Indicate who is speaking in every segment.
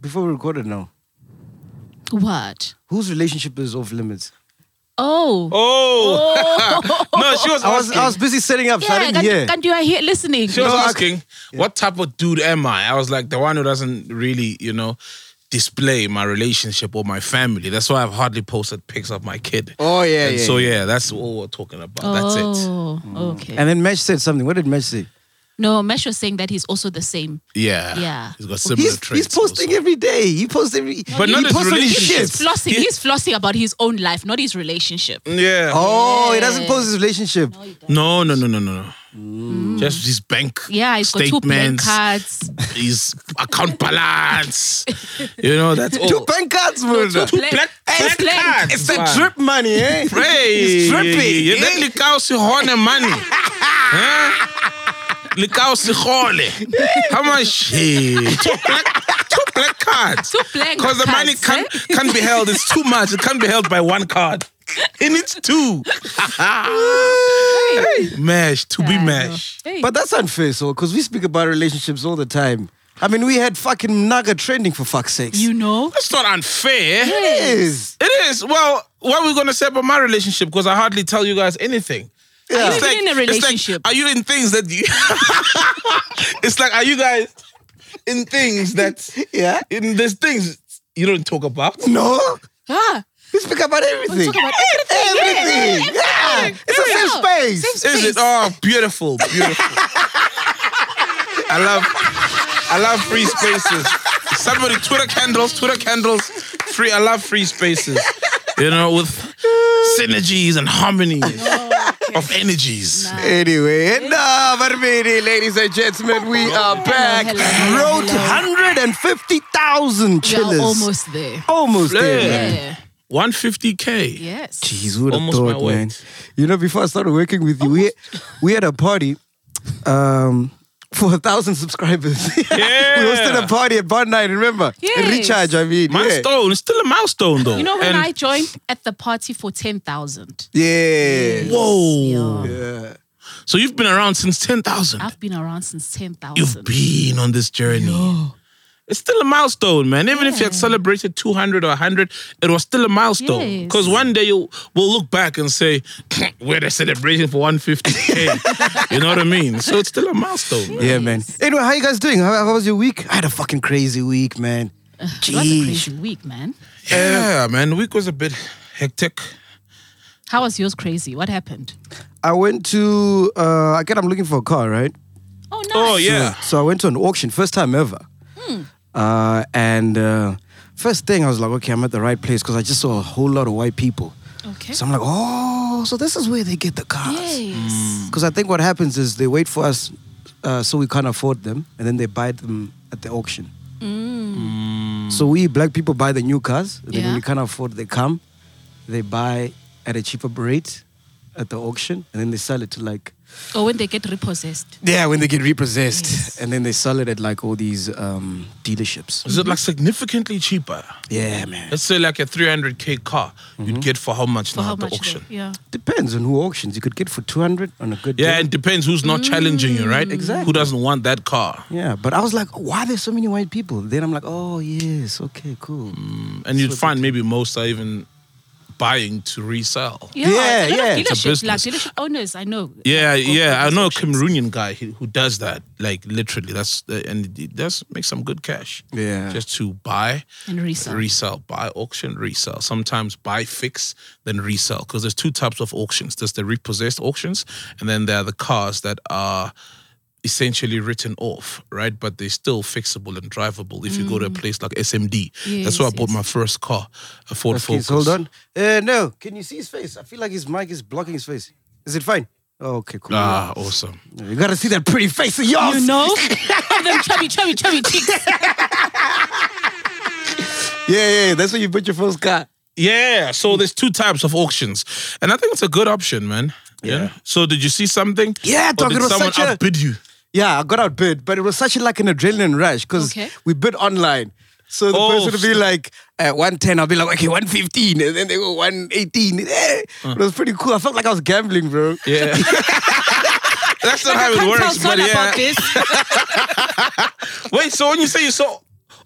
Speaker 1: before we recorded now?
Speaker 2: What?
Speaker 1: Whose relationship is off limits?
Speaker 2: Oh.
Speaker 3: Oh, no, she was
Speaker 1: I was,
Speaker 3: asking.
Speaker 1: I was busy setting up, so I
Speaker 2: Yeah,
Speaker 1: didn't
Speaker 2: can,
Speaker 1: hear.
Speaker 2: can you are here listening?
Speaker 3: she was
Speaker 1: No, I-
Speaker 3: asking, what type of dude am I? I was like, the one who doesn't really, you know, display my relationship or my family. That's why I've hardly posted pics of my kid.
Speaker 1: Oh, yeah,
Speaker 3: And
Speaker 1: yeah,
Speaker 3: so
Speaker 1: yeah.
Speaker 3: yeah, that's all we're talking about. That's it. Mm.
Speaker 2: oh, okay.
Speaker 1: and then Mesh said something. What did Mesh say?
Speaker 2: no, Mesh was saying that he's also the same.
Speaker 3: Yeah,
Speaker 2: Yeah.
Speaker 3: He's got similar
Speaker 1: He's, he's
Speaker 3: traits.
Speaker 1: posting
Speaker 3: also.
Speaker 1: every day. He posts every.
Speaker 3: But
Speaker 1: he
Speaker 3: not his
Speaker 1: posts on his
Speaker 3: relationship.
Speaker 1: shit.
Speaker 2: He's flossing.
Speaker 3: Yeah.
Speaker 2: He's flossing about his own life, not his relationship.
Speaker 3: Yeah.
Speaker 1: Oh, he doesn't post his relationship.
Speaker 3: No, no, no, no, no, no.
Speaker 1: Mm.
Speaker 3: Just his bank
Speaker 2: Yeah, he's got two bank
Speaker 3: statements,
Speaker 2: cards.
Speaker 3: his account balance. you know, that's all.
Speaker 1: Two bank cards, bro.
Speaker 2: two black-
Speaker 3: black,
Speaker 2: It's
Speaker 3: black
Speaker 2: blanked.
Speaker 3: cards.
Speaker 1: It's the
Speaker 3: man.
Speaker 1: drip money, eh?
Speaker 3: Hey,
Speaker 1: It's dripping,
Speaker 3: yeah,
Speaker 1: eh?
Speaker 3: Let Likausi horn money. Huh? Likausi hole. How much? Hey, two black, two black cards.
Speaker 2: Two blank
Speaker 3: Because the money
Speaker 2: cards,
Speaker 3: can't, can't be held. It's too much. It can't be held by one card. It needs two. hey. Mesh, to be mesh.
Speaker 2: eh? Hey.
Speaker 1: But that's unfair, so, because we speak about relationships all the time. I mean, we had fucking Naga trending for fuck's sakes.
Speaker 2: you know,
Speaker 3: That's not unfair.
Speaker 1: It is.
Speaker 3: It is. Well, what are we going to say about my relationship? Because I hardly tell you guys anything.
Speaker 2: Are you
Speaker 3: It's
Speaker 2: even in a
Speaker 3: it's like,
Speaker 2: relationship?
Speaker 3: are you in things that you. it's like, are you guys in things that.
Speaker 1: Yeah.
Speaker 3: In these things you don't talk about?
Speaker 1: No.
Speaker 2: ah,
Speaker 1: We speak about everything.
Speaker 2: we talk about everything. yeah,
Speaker 1: everything. Yeah. It's a safe
Speaker 2: Yeah.
Speaker 1: space.
Speaker 2: Safe
Speaker 3: Is it? Oh, beautiful. Beautiful. I love. I love free spaces. Somebody Twitter candles, Twitter candles, free. I love free spaces. You know, with synergies and harmonies
Speaker 2: Oh,
Speaker 3: of energies.
Speaker 1: Anyway, and uh, Barbini, ladies and gentlemen, we are back.
Speaker 2: hello, hello,
Speaker 1: Road
Speaker 2: hello.
Speaker 1: 150,000
Speaker 2: We
Speaker 1: chillers.
Speaker 2: are almost there.
Speaker 1: Almost there.
Speaker 3: Yeah.
Speaker 1: man.
Speaker 2: Yeah.
Speaker 3: 150k.
Speaker 2: Yes.
Speaker 1: Jeez, who would have
Speaker 3: Almost my
Speaker 1: thought,
Speaker 3: weight.
Speaker 1: man? You know, before I started working with you, we, we had a party um, for a thousand subscribers. we hosted a party at Bond Night, remember?
Speaker 2: Yes.
Speaker 1: Recharge, I mean. Yeah.
Speaker 3: Milestone. It's still a milestone though.
Speaker 2: You know when
Speaker 3: And-
Speaker 2: I joined at the party for ten thousand.
Speaker 1: Yeah.
Speaker 3: Whoa.
Speaker 1: Yeah.
Speaker 3: So you've been around since 10,000.
Speaker 2: I've been around since ten thousand.
Speaker 3: You've been on this journey. It's still a milestone, man. Even if you had celebrated 200 or 100, it was still a milestone.
Speaker 2: Yes.
Speaker 3: Because one day you will look back and say, we're the celebration for 150K. you know what I mean? So it's still a milestone. man.
Speaker 1: Yeah, man. Anyway, how you guys doing? How, how was your week? I had a fucking crazy week, man.
Speaker 2: It was a
Speaker 1: Jeez.
Speaker 2: crazy week, man.
Speaker 3: Yeah, man. Week was a bit hectic.
Speaker 2: How was yours crazy? What happened?
Speaker 1: I went to, uh, I get I'm looking for a car, right?
Speaker 2: Oh, nice.
Speaker 3: Oh, yeah.
Speaker 1: So I went to an auction, first time ever.
Speaker 2: Hmm.
Speaker 1: Uh, and uh, first thing, I was like, okay, I'm at the right place because I just saw a whole lot of white people.
Speaker 2: Okay.
Speaker 1: So I'm like, oh, so this is where they get the cars.
Speaker 2: yes.
Speaker 1: Because I think what happens is they wait for us uh, so we can't afford them and then they buy them at the auction. So we black people buy the new cars and then when
Speaker 2: Yeah.
Speaker 1: we can't afford, they come, they buy at a cheaper rate at the auction and then they sell it to like
Speaker 2: Or Oh, when they get repossessed.
Speaker 1: yeah, when they get repossessed,
Speaker 2: Yes.
Speaker 1: and then they sell it at like all these um, dealerships.
Speaker 3: Is it like significantly cheaper?
Speaker 1: Yeah, man.
Speaker 3: Let's say like a 300K car you'd get for how much
Speaker 2: Mm-hmm. For how
Speaker 3: now at the
Speaker 2: much?
Speaker 3: auction?
Speaker 2: Though? Yeah.
Speaker 1: Depends on who auctions. You could get for two hundred on a good
Speaker 3: Yeah,
Speaker 1: day.
Speaker 3: it depends who's not challenging you, right?
Speaker 1: Exactly.
Speaker 3: Who doesn't want that car?
Speaker 1: Yeah, but I was like, why are there so many white people? Then I'm like, oh yes, okay, cool.
Speaker 3: And you'd find maybe most are even buying to resell.
Speaker 2: Yeah,
Speaker 1: Yeah,
Speaker 2: a lot
Speaker 1: yeah.
Speaker 2: Of
Speaker 1: It's
Speaker 3: a
Speaker 2: dealership, like
Speaker 3: business.
Speaker 2: dealership owners, I know.
Speaker 3: Yeah,
Speaker 2: like, go
Speaker 3: yeah.
Speaker 2: for
Speaker 3: I know a
Speaker 2: these auctions.
Speaker 3: Cameroonian guy who who does that. Like literally, that's uh, and he does make some good cash.
Speaker 1: Yeah.
Speaker 3: just to buy
Speaker 2: And resell.
Speaker 3: resell, buy auction, resell. Sometimes buy fix, then resell. Because there's two types of auctions. There's the repossessed auctions, and then there are the cars that are essentially written off, right? But they're still fixable and drivable if you go to a place like SMD. that's where I
Speaker 2: Mm. Yes,
Speaker 3: bought my first car, a Ford
Speaker 1: Please
Speaker 3: Focus.
Speaker 1: hold on. Uh, no, can you see his face? I feel like his mic is blocking his face. Is it fine? Oh, okay, cool.
Speaker 3: Ah, awesome.
Speaker 1: You gotta see that pretty face of yours.
Speaker 2: You know? Of them chubby, chubby, chubby cheeks.
Speaker 1: yeah, yeah. That's when you bought your first car.
Speaker 3: Yeah. So there's two types of auctions, and I think it's a good option, man. Yeah. So did you see something?
Speaker 1: Yeah,
Speaker 3: or
Speaker 1: dog, it
Speaker 3: did
Speaker 1: was
Speaker 3: someone
Speaker 1: such a-
Speaker 3: outbid you?
Speaker 1: Yeah, I got outbid, but it was such like an adrenaline rush because
Speaker 2: Okay.
Speaker 1: we bid online. So the
Speaker 3: Oh,
Speaker 1: person would be
Speaker 3: shit.
Speaker 1: like, uh, 110, I'll be like, okay, 115. And then they go 118. Eh, It was pretty cool. I felt like I was gambling, bro.
Speaker 3: Uh. Yeah. That's not how
Speaker 2: Can't
Speaker 3: it
Speaker 2: tell
Speaker 3: works, but
Speaker 2: Son
Speaker 3: yeah.
Speaker 2: about this.
Speaker 3: Wait, so when you say you saw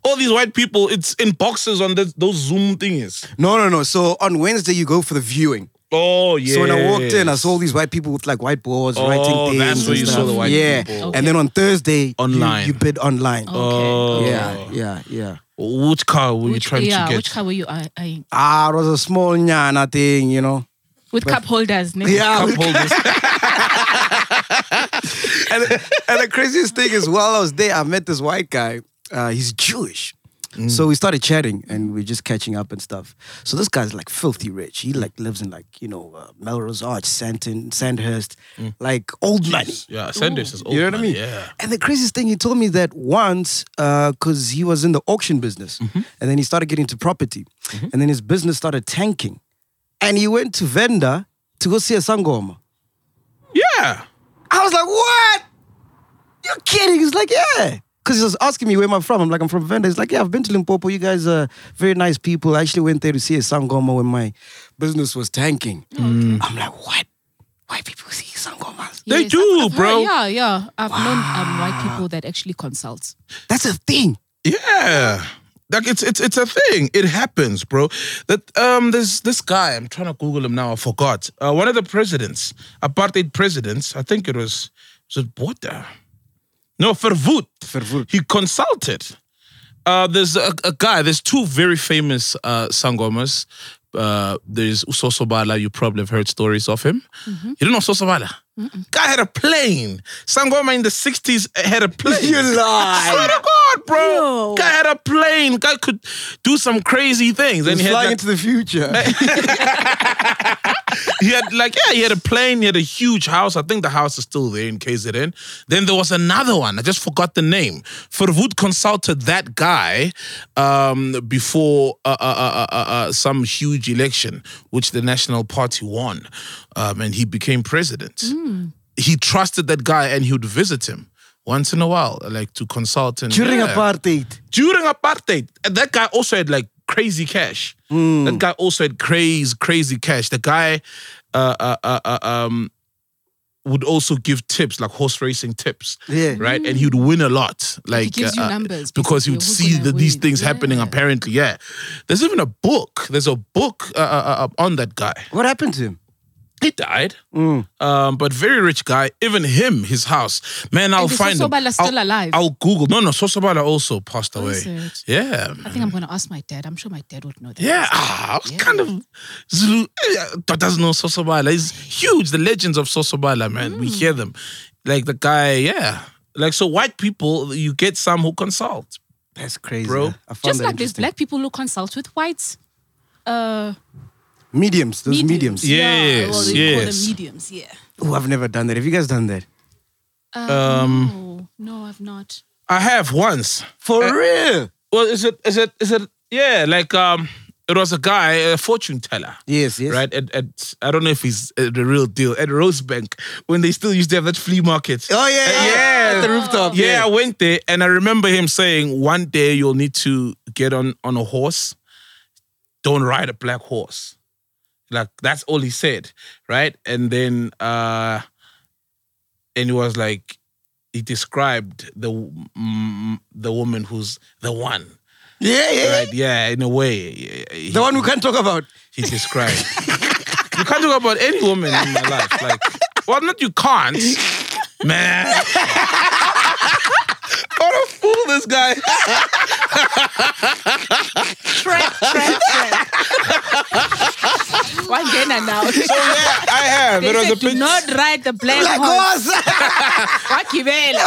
Speaker 3: all these white people, it's in boxes on the, those Zoom thingies.
Speaker 1: No, no, no. So on Wednesday, you go for the viewing.
Speaker 3: Oh yeah.
Speaker 1: So when I walked in, I saw all these white people with like whiteboards
Speaker 3: Oh,
Speaker 1: writing things.
Speaker 3: that's where
Speaker 1: and
Speaker 3: you saw
Speaker 1: stuff.
Speaker 3: the white
Speaker 1: yeah.
Speaker 3: people.
Speaker 1: And then on Thursday, you-
Speaker 3: Online.
Speaker 1: You, bid online.
Speaker 2: Oh. Okay.
Speaker 1: Yeah, yeah, yeah.
Speaker 3: Which car were you
Speaker 2: Which-
Speaker 3: Oh, trying
Speaker 2: yeah,
Speaker 3: to get?
Speaker 2: which car were you eye- eyeing?
Speaker 1: Ah, it was a small nyana thing, you know.
Speaker 2: With cup holders, ne?
Speaker 1: Yeah, we-
Speaker 3: Cup holders.
Speaker 1: and, and the craziest thing is, while I was there, I met this white guy. Uh, he's Jewish.
Speaker 3: Mm.
Speaker 1: So we started chatting and we are just catching up and stuff. So this guy's like filthy rich. He like lives in like, you know, uh, Melrose Arch, Santon, Sandhurst,
Speaker 3: Mm.
Speaker 1: like old money.
Speaker 3: yeah, Sanders is old.
Speaker 1: You know what I
Speaker 3: man,
Speaker 1: mean?
Speaker 3: Yeah.
Speaker 1: And the craziest thing, he told me that once, because he was in the auction business,
Speaker 3: Mm-hmm.
Speaker 1: and then he started getting into property, and then his business started tanking, and he went to Venda to go see a sangoma.
Speaker 3: Yeah.
Speaker 1: I was like, "What? You're kidding?" He's like, "Yeah." Because he was asking me where am I from. I'm like, I'm from Venda. He's like, yeah, I've been to Limpopo. You guys are very nice people. I actually went there to see a Sangoma when my business was tanking.
Speaker 3: Mm.
Speaker 1: I'm like, what? Why people see Sangomas?
Speaker 3: They
Speaker 2: Yes,
Speaker 3: do,
Speaker 2: I've- I've heard-
Speaker 3: bro.
Speaker 2: yeah, yeah. I've known um, white people that actually consult.
Speaker 1: That's a thing.
Speaker 3: Yeah. Like it's it's it's a thing. It happens, bro. That um there's this guy, I'm trying to Google him now, I forgot. Uh, one of the presidents, apartheid presidents, I think it was was it Botha? No, Verwoerd.
Speaker 1: Verwoerd.
Speaker 3: He consulted. Uh, there's a, a guy, there's two very famous uh, sangomas. Uh, there's Usosobala, you probably have heard stories of him.
Speaker 1: Mm-hmm.
Speaker 3: You don't know Usosobala? Guy had a plane. Sangoma in the 60s had a plane.
Speaker 1: lie.
Speaker 3: Swear to God, bro.
Speaker 2: Yo.
Speaker 3: Guy had a plane. Guy could do some crazy things. And he
Speaker 1: He's
Speaker 3: had,
Speaker 1: flying
Speaker 3: like,
Speaker 1: into the future.
Speaker 3: he had like yeah, he had a plane. He had a huge house. I think the house is still there in KZN. Then there was another one. I just forgot the name. Verwoerd consulted that guy um, before uh, uh, uh, uh, uh, some huge election, which the National Party won, um, and he became president. He trusted that guy, and he would visit him. Once in a while, like to consult and
Speaker 1: During
Speaker 3: yeah
Speaker 1: apartheid.
Speaker 3: during apartheid, and that guy also had like crazy cash. That guy also had crazy, crazy cash. The guy uh, uh, uh, uh, um, would also give tips, like horse racing tips,
Speaker 1: Yeah.
Speaker 3: right? And he'd win a lot, like
Speaker 2: Hmm. gives you
Speaker 3: uh, uh,
Speaker 2: numbers,
Speaker 3: because he would
Speaker 2: basically,
Speaker 3: see
Speaker 2: who's gonna
Speaker 3: that these
Speaker 2: win.
Speaker 3: things happening.
Speaker 2: Yeah.
Speaker 3: Apparently, yeah. There's even a book. There's a book uh, uh, uh, on that guy.
Speaker 1: What happened to him?
Speaker 3: He died, um, but very rich guy. Even him, his house, man. I'll
Speaker 2: is
Speaker 3: find him.
Speaker 2: Sosobala still
Speaker 3: I'll,
Speaker 2: alive? Oh,
Speaker 3: I'll Google. No, no, Sosobala also passed away.
Speaker 2: is it?
Speaker 3: Yeah,
Speaker 2: I think I'm going to ask my dad. I'm sure my dad would know that.
Speaker 3: yeah, ah, I was kind of Zulu. That doesn't know Sosobala. It's huge. The legends of Sosobala, man. We
Speaker 2: Mm.
Speaker 3: hear them. Like the guy, yeah. Like so, white people, you get some who consult.
Speaker 1: That's crazy.
Speaker 3: Bro.
Speaker 1: man. I found
Speaker 2: Just
Speaker 1: that
Speaker 2: like there's
Speaker 1: interesting.
Speaker 2: black people who consult with whites. Uh,
Speaker 1: mediums, those mediums.
Speaker 3: Yeah.
Speaker 2: Yeah, well,
Speaker 3: Yes,
Speaker 2: they call
Speaker 3: yes.
Speaker 2: them mediums, yeah.
Speaker 1: Oh, I've never done that. Have you guys done that?
Speaker 2: Um, no, no, I've not.
Speaker 3: I have once.
Speaker 1: For real?
Speaker 3: Well, is it? Is it? Is it? Yeah, like um, it was a guy, a fortune teller.
Speaker 1: Yes, yes.
Speaker 3: Right at, at I don't know if he's uh, the real deal at Rosebank when they still used to have that flea market.
Speaker 1: Oh yeah, yeah.
Speaker 3: yeah.
Speaker 1: At the rooftop.
Speaker 3: yeah, I went there and I remember him saying, one day you'll need to get on on a horse. Don't ride a black horse. Like that's all he said, right? And then uh and he was like he described the w- mm, the woman who's the one,
Speaker 1: Yeah, yeah.
Speaker 3: right? Yeah, in a way. yeah, He,
Speaker 1: Eh? The one we can't talk about.
Speaker 3: he described. you can't talk about any woman in my life. Like, well, not you can't, man. what a fool this guy.
Speaker 2: Why Ghana now?
Speaker 3: So yeah, I have.
Speaker 2: They
Speaker 3: it was
Speaker 2: said,
Speaker 3: a
Speaker 2: do
Speaker 3: picture.
Speaker 2: not ride the black horse. Wakibela.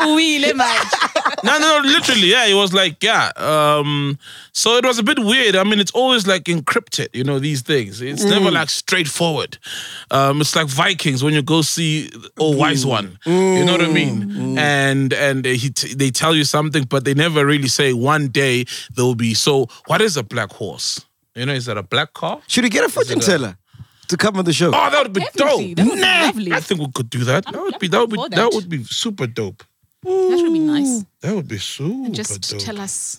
Speaker 2: Uwile manje.
Speaker 3: No, no, no, literally, yeah. It was like, yeah. Um, so it was a bit weird. I mean, it's always like encrypted, you know, these things. It's
Speaker 2: Mm.
Speaker 3: never like straightforward. Um, it's like Vikings when you go see Oh Wise
Speaker 2: Mm.
Speaker 3: One. You know what I mean? And and he t- they tell you something, but they never really say one day they'll be. So what is a black horse? You know, is that a black car?
Speaker 2: Oh,
Speaker 1: Should we get a fortune
Speaker 3: a-
Speaker 1: teller to come on the show?
Speaker 3: Oh, that would be
Speaker 2: Definitely.
Speaker 3: dope.
Speaker 2: That would be
Speaker 3: Nah,
Speaker 2: lovely.
Speaker 3: I think we could do that. That would be that would be
Speaker 2: I'm for
Speaker 3: that.
Speaker 2: that.
Speaker 3: would be super dope.
Speaker 2: That would be nice.
Speaker 3: That would be super
Speaker 2: Just
Speaker 3: dope.
Speaker 2: tell us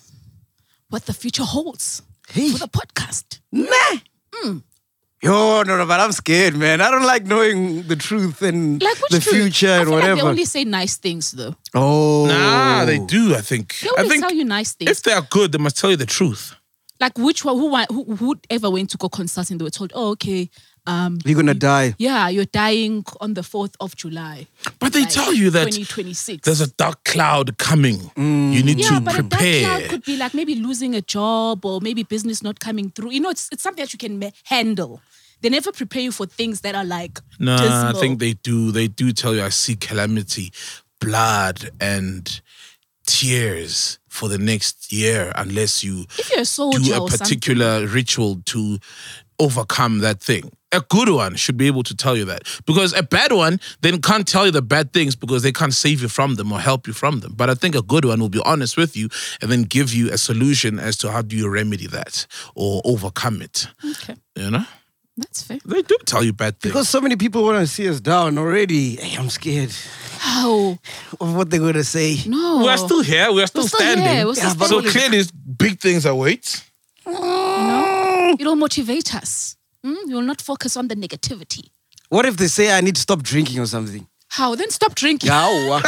Speaker 2: what the future holds
Speaker 1: Hey.
Speaker 2: for the podcast.
Speaker 1: Nah.
Speaker 2: Hmm.
Speaker 1: Yo, no, no, but I'm scared, man. I don't like knowing the truth and
Speaker 2: Like which
Speaker 1: the
Speaker 2: truth?
Speaker 1: future
Speaker 2: I
Speaker 1: and
Speaker 2: feel like
Speaker 1: whatever.
Speaker 2: they only say nice things though.
Speaker 1: oh,
Speaker 3: Nah, they do. I think.
Speaker 2: They
Speaker 3: I
Speaker 2: only
Speaker 3: think
Speaker 2: tell you nice things.
Speaker 3: if they are good, they must tell you the truth.
Speaker 2: like which one who wa- who whoever went to go consulting, they were told, Oh, okay, um,
Speaker 1: You're gonna die.
Speaker 2: yeah, you're dying on the fourth of July.
Speaker 3: But they
Speaker 2: like,
Speaker 3: tell you that
Speaker 2: 2026.
Speaker 3: there's a dark cloud coming. You need
Speaker 2: yeah,
Speaker 3: to
Speaker 2: but a dark
Speaker 3: prepare.
Speaker 2: cloud could be like maybe losing a job or maybe business not coming through. You know, it's, it's something that you can ma- handle. They never prepare you for things that are like
Speaker 3: No, I
Speaker 2: dismal.
Speaker 3: think they do. They do tell you I see calamity, blood, and tears for the next year unless you
Speaker 2: if you're a
Speaker 3: do
Speaker 2: soldier
Speaker 3: a
Speaker 2: or something,
Speaker 3: particular ritual to overcome that thing. A good one should be able to tell you that because a bad one then can't tell you the bad things because they can't save you from them or help you from them. But I think a good one will be honest with you and then give you a solution as to how do you remedy that or overcome it.
Speaker 2: okay,
Speaker 3: You know,
Speaker 2: that's fair.
Speaker 3: they do tell you bad things.
Speaker 1: Because so many people want to see us down already. Hey, I'm scared
Speaker 2: Oh
Speaker 1: of what they're gonna say.
Speaker 2: no,
Speaker 3: we are still here. We are still,
Speaker 2: Oh. still
Speaker 3: standing.
Speaker 2: here, we're still Yeah, but
Speaker 3: so
Speaker 2: standing.
Speaker 3: clearly, big things await.
Speaker 2: It'll motivate us. Mm? You'll not focus on the negativity.
Speaker 1: What if they say I need to stop drinking or something?
Speaker 2: How then? Stop drinking.
Speaker 1: Yeah.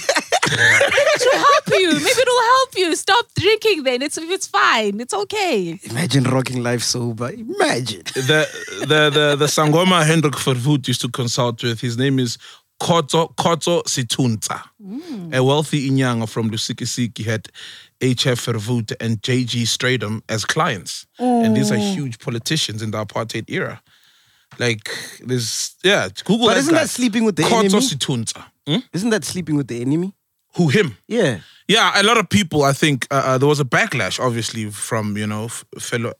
Speaker 2: to help you. Maybe it'll help you. Stop drinking then. It's it's fine. It's okay.
Speaker 1: Imagine rocking life sober. Imagine.
Speaker 3: the the the, the Sangoma Hendrik Verwoerd used to consult with. His name is Koto Koto Situnta,
Speaker 1: Mm.
Speaker 3: a wealthy inyanga from Lusikisiki had HF Verwoerd and JG Stratum as clients, and these are
Speaker 1: Oh.
Speaker 3: huge politicians in the apartheid era. Like this, yeah. Google.
Speaker 1: But isn't that sleeping with the
Speaker 3: Koto
Speaker 1: enemy?
Speaker 3: Situnta? Hmm?
Speaker 1: Isn't that sleeping with the enemy?
Speaker 3: Who him?
Speaker 1: Yeah.
Speaker 3: Yeah, a lot of people. I think uh, uh, there was a backlash, obviously, from you know f- fellow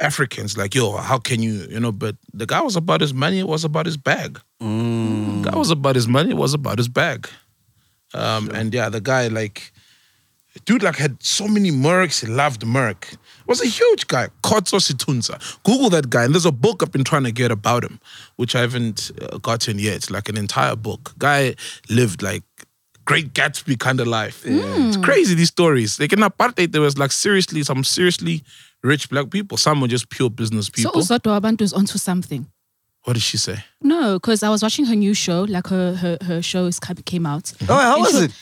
Speaker 3: Africans. Like, yo, how can you, you know? But the guy was about his money. It was about his bag. The guy was about his money. It was about his bag. Um, And yeah, the guy like, dude, like had so many mercs. He loved merc. Was a huge guy, Kotso Situnza. Google that guy, and there's a book I've been trying to get about him, which I haven't uh, gotten yet. Like an entire book. Guy lived like Great Gatsby kind of life. It's crazy these stories. Like in apartheid, there was like seriously some seriously rich black people. Some were just pure business people.
Speaker 2: So Uzoto Abantu is onto something.
Speaker 3: what did she say?
Speaker 2: No, because I was watching her new show. Like her her, her show is, come- came out.
Speaker 1: Oh, how
Speaker 2: And
Speaker 1: was
Speaker 2: she-
Speaker 1: it?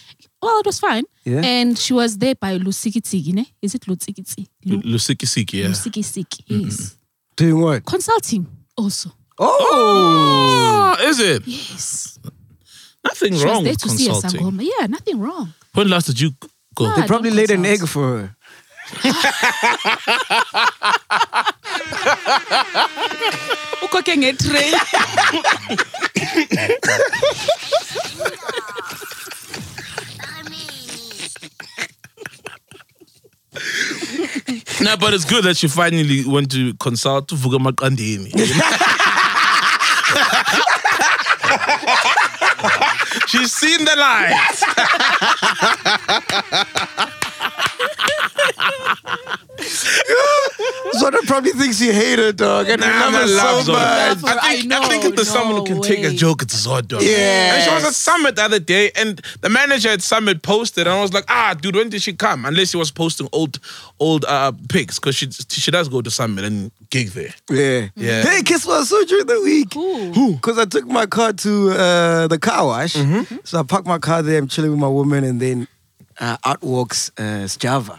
Speaker 2: Well, it was fine.
Speaker 1: Yeah.
Speaker 2: And she was there by Lusikitsiki. Ne? Is it Lusikitsi? Lu-
Speaker 3: Lusiki Siki, yeah. Mm-hmm.
Speaker 2: Lusikisiki. Yes.
Speaker 1: Doing what?
Speaker 2: Consulting also.
Speaker 1: Oh.
Speaker 3: Oh, is it?
Speaker 2: Yes.
Speaker 3: Nothing
Speaker 2: She was
Speaker 3: wrong
Speaker 2: there
Speaker 3: with
Speaker 2: to see a
Speaker 3: consulting.
Speaker 2: Sangoma. Yeah, nothing wrong.
Speaker 3: When last did you go?
Speaker 2: No,
Speaker 1: They
Speaker 2: I
Speaker 1: probably
Speaker 2: don't
Speaker 1: laid an
Speaker 2: consult.
Speaker 1: egg for her.
Speaker 2: Ukhoke ngetray.
Speaker 3: No, but it's good that you finally went to consult Vuga Makandini. She's seen the light.
Speaker 1: Zona probably thinks you hate her, dog. And I
Speaker 3: Nah,
Speaker 1: love her
Speaker 3: man loves
Speaker 1: so
Speaker 3: Zola.
Speaker 1: much.
Speaker 2: Love her,
Speaker 3: I think,
Speaker 2: I
Speaker 3: I think if there's
Speaker 2: know,
Speaker 3: someone who
Speaker 2: no
Speaker 3: can take a
Speaker 2: way.
Speaker 3: joke, it's Zodo.
Speaker 1: Yes.
Speaker 3: And she was at Summit the other day, and the manager at Summit posted, and I was like, ah, dude, when did she come? Unless she was posting old old uh, pics, because she, she does go to Summit and gig there.
Speaker 1: Yeah.
Speaker 3: Yeah.
Speaker 1: Hey, kiss my so during the week.
Speaker 2: Cool.
Speaker 1: Because I took my car to uh, the car wash. So I parked my car there. I'm chilling with my woman. And then uh, out walks uh, Java.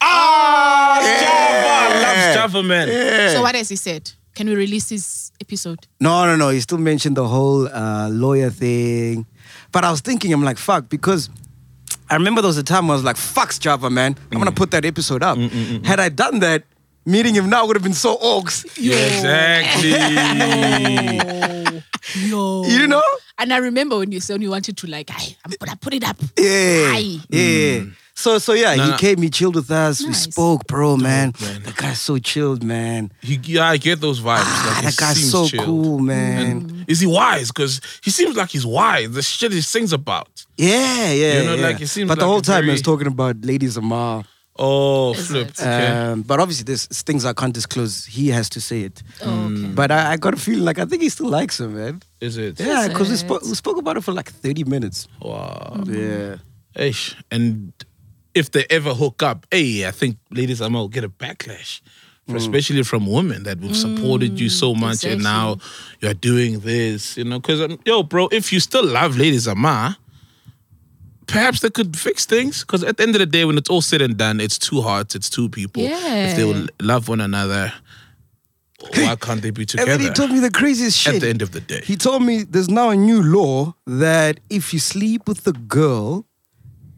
Speaker 3: Ah, Java. I love Java, man.
Speaker 2: So what has he said? Can we release his episode?
Speaker 1: No, no, no. He still mentioned the whole uh, lawyer thing. But I was thinking, I'm like, fuck, because I remember there was a time where I was like, fuck Java, man. I'm
Speaker 3: Mm.
Speaker 1: going to put that episode up. Had I done that, meeting him now would have been so orcs.
Speaker 3: Exactly.
Speaker 2: yo, yo.
Speaker 1: You know?
Speaker 2: And I remember when you said you wanted to like, "Aye, I'm gonna put it up.
Speaker 1: Yeah.
Speaker 2: Aye.
Speaker 1: Yeah. So so yeah, he
Speaker 3: Mm. no.
Speaker 1: came, he chilled with us, we
Speaker 2: Nice.
Speaker 1: spoke, bro, man. That guy's so chilled, man.
Speaker 3: He, yeah, I get those vibes.
Speaker 1: Ah,
Speaker 3: like,
Speaker 1: that
Speaker 3: he
Speaker 1: guy's
Speaker 3: seems
Speaker 1: so
Speaker 3: chilled.
Speaker 1: cool, man.
Speaker 3: And is he wise? Because he seems like he's wise. The shit he sings about.
Speaker 1: yeah, yeah.
Speaker 3: You know,
Speaker 1: yeah.
Speaker 3: like, it seems
Speaker 1: but the
Speaker 3: like
Speaker 1: whole
Speaker 3: a
Speaker 1: time I was
Speaker 3: very-
Speaker 1: talking about ladies Amar.
Speaker 3: Oh,
Speaker 2: Is
Speaker 3: flipped.
Speaker 2: it?
Speaker 3: Okay.
Speaker 1: Um, but obviously there's things I can't disclose. He has to say it.
Speaker 2: Oh,
Speaker 3: Mm.
Speaker 2: okay.
Speaker 1: But I, I got a feeling like I think he still likes her, man.
Speaker 3: is it?
Speaker 1: Yeah, because we
Speaker 2: it?
Speaker 1: spoke we spoke about it for like 30 minutes.
Speaker 3: Wow.
Speaker 1: Yeah.
Speaker 3: Eish. And if they ever hook up, hey, I think ladies, I'm gonna get a backlash. Especially from women that have supported you so much,
Speaker 2: Hmm. exactly.
Speaker 3: and now you're doing this, you know. Because yo, bro, if you still love ladies, Ama, perhaps they could fix things. Because at the end of the day, when it's all said and done, it's two hearts, it's two people. If they
Speaker 2: Yeah.
Speaker 3: will love one another, why can't they be
Speaker 1: And
Speaker 3: together?
Speaker 1: then he told me the craziest shit.
Speaker 3: At the end of the day.
Speaker 1: He told me there's now a new law that if you sleep with the girl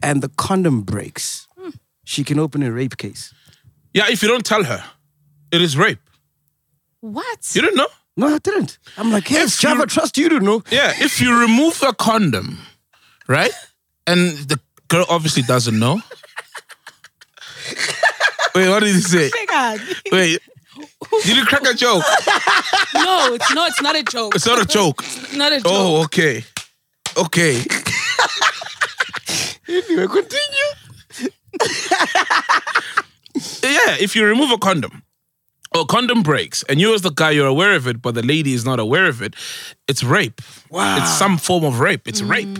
Speaker 1: and the condom breaks,
Speaker 3: Hmm.
Speaker 1: she can open a rape case.
Speaker 3: yeah, if you don't tell her, it is rape.
Speaker 2: What?
Speaker 3: You don't know.
Speaker 1: No, I didn't. I'm like, yes,
Speaker 3: you-
Speaker 1: Java, trust you to know.
Speaker 3: Yeah, if you remove a condom, right? And the girl obviously doesn't know. Wait, what did he say?
Speaker 2: Oh
Speaker 3: Wait. Did you crack a joke?
Speaker 2: no, it's not. It's not a joke.
Speaker 3: It's not a joke.
Speaker 2: It's not a joke.
Speaker 3: Oh, okay. Okay.
Speaker 1: Anyway, continue.
Speaker 3: Yeah, if you remove a condom or condom breaks and you as the guy you're aware of it, but the lady is not aware of it, it's rape.
Speaker 1: Wow.
Speaker 3: It's some form of rape. It's rape.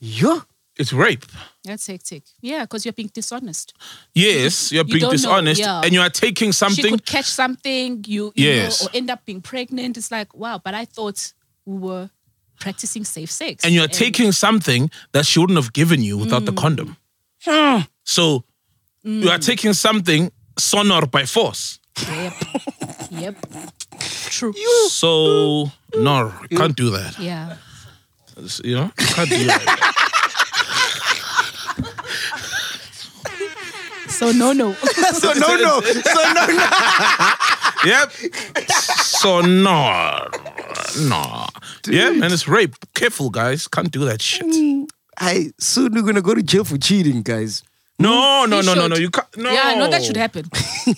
Speaker 1: Yeah.
Speaker 3: It's rape.
Speaker 2: That's hectic. Yeah, because you're being dishonest.
Speaker 3: Yes,
Speaker 2: You
Speaker 3: you're being
Speaker 2: don't know,
Speaker 3: dishonest
Speaker 2: yeah.
Speaker 3: and you are taking
Speaker 2: She
Speaker 3: something
Speaker 2: could catch something, you, you
Speaker 3: Yes.
Speaker 2: know, or end up being pregnant. It's like, wow, but I thought we were practicing safe sex.
Speaker 3: and you're taking something that she wouldn't have given you without
Speaker 2: Mm.
Speaker 3: the condom. Hmm. So you are taking something sonor by force.
Speaker 2: Yep. yep. True.
Speaker 3: So no, you can't do that.
Speaker 2: Yeah.
Speaker 3: It's- You know, you can't do that.
Speaker 2: So no, no.
Speaker 1: So no, no. So no, no.
Speaker 3: yep. So no, no. Yeah, man, it's rape. Careful, guys. Can't do that shit.
Speaker 2: Mm.
Speaker 1: I soon we're gonna go to jail for cheating, guys.
Speaker 3: No, no,
Speaker 2: He
Speaker 3: no, no, no.
Speaker 2: should.
Speaker 3: You can't. No.
Speaker 2: Yeah, no, that should happen.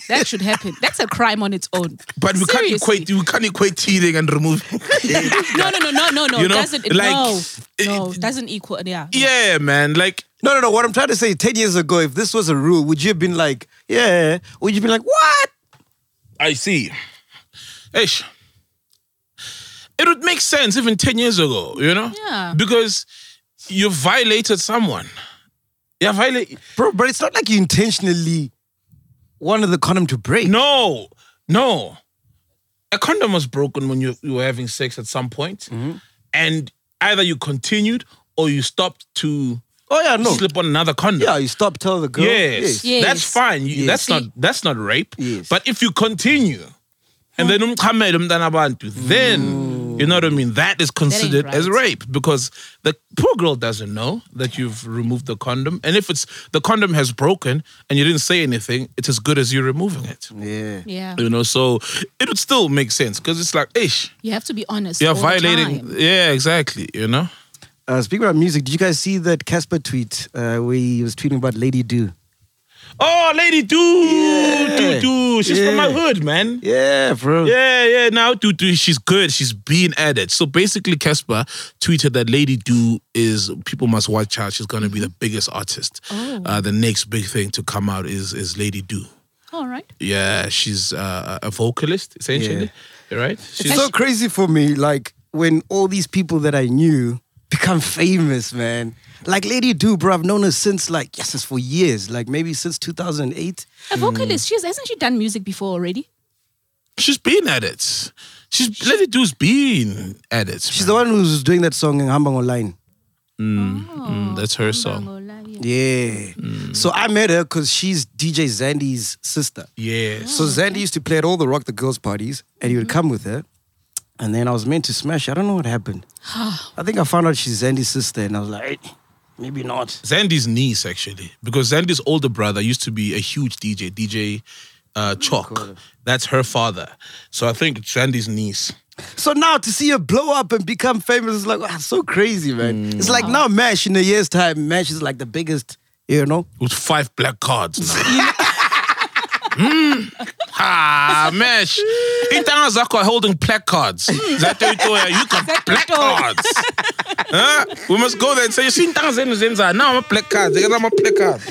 Speaker 2: That should happen. That's a crime on its own.
Speaker 3: But we can't
Speaker 2: Seriously.
Speaker 3: equate. We can't equate cheating and removing.
Speaker 2: No, no, no, no, no, no.
Speaker 3: You know,
Speaker 2: doesn't it,
Speaker 3: like,
Speaker 2: no,
Speaker 3: it-
Speaker 2: no, doesn't equal. Yeah,
Speaker 3: yeah, man. Like
Speaker 1: No, no, no. What I'm trying to say, 10 years ago, if this was a rule, would you have been like, yeah? Would you be like, what?
Speaker 3: I see. Ish. It would make sense even 10 years ago, you know?
Speaker 2: Yeah.
Speaker 3: Because you violated someone. Yeah, violate.
Speaker 1: Bro, but it's not like you intentionally wanted the condom to break.
Speaker 3: No, no. A condom was broken when you, you were having sex at some point.
Speaker 1: Mm-hmm.
Speaker 3: And either you continued or you stopped to
Speaker 1: Oh yeah, no.
Speaker 3: slip on another condom.
Speaker 1: Yeah, you stop, tell the girl.
Speaker 3: Yes.
Speaker 2: Yes.
Speaker 3: That's fine. You-
Speaker 1: Yes.
Speaker 3: That's
Speaker 2: See-
Speaker 3: not that's not rape.
Speaker 1: Yes.
Speaker 3: But if you continue and then umqhamele umntana abantu,
Speaker 1: Mm.
Speaker 3: then you know what I mean? That is considered as
Speaker 2: right.
Speaker 3: rape because the poor girl doesn't know that you've removed the condom. And if it's the condom has broken and you didn't say anything, it's as good as you removing it.
Speaker 1: Yeah.
Speaker 2: yeah.
Speaker 3: You know, so it would still make sense because it's like, ish,
Speaker 2: You have to be honest.
Speaker 3: you're
Speaker 2: all the
Speaker 3: violating.
Speaker 2: time.
Speaker 3: Yeah, exactly. You know?
Speaker 1: Uh, speaking about music, did you guys see that Casper tweet uh, where he was tweeting about Lady Do?
Speaker 3: Oh, lady, do, do, do. She's from my
Speaker 1: Yeah.
Speaker 3: hood, man.
Speaker 1: Yeah, bro.
Speaker 3: Yeah, yeah. Now, dude, dude, she's good. She's been at it. So basically, Casper tweeted that Lady Do is people must watch out. She's gonna be the biggest artist. Uh, the next big thing to come out is is Lady Do.
Speaker 2: All right.
Speaker 3: Yeah, she's uh, a vocalist essentially. Right?
Speaker 1: It's
Speaker 3: She's,
Speaker 1: so crazy for me, like when all these people that I knew become famous, man. Like Lady Do, bro, I've known her since like yes, it's for years, like maybe since 2008.
Speaker 2: A vocalist. She's hasn't she done music before already?
Speaker 3: she's been at it. She's Lady Do's been at it.
Speaker 1: She's the one who's doing that song in Hambang Online.
Speaker 3: Mm, that's her song.
Speaker 2: Yeah.
Speaker 1: Yeah. So I met her because she's DJ Zandy's sister.
Speaker 3: Yeah.
Speaker 1: So Zandy used to play at all the Rock the Girls parties, and he would come with her. And then I was meant to smash. I don't know what happened. I think I found out she's Zandy's sister, and I was like, "Eh, maybe not.
Speaker 3: Zandy's niece, actually, because Zandy's older brother used to be a huge DJ, DJ uh, Chalk. That's her father. So I think it's Zandy's niece.
Speaker 1: So now to see her blow up and become famous is like wow, so crazy, man. It's like now Mash in a year's time, Mash is like the biggest, you know.
Speaker 3: With five black cards. Now. Mm. Ah, mesh. Itanga Zako are holding black cards. Zato Itoya, you got black cards. huh? We must go there and say, you see Itanga Zenu Zenza. Now I'm a black card. They got my black card.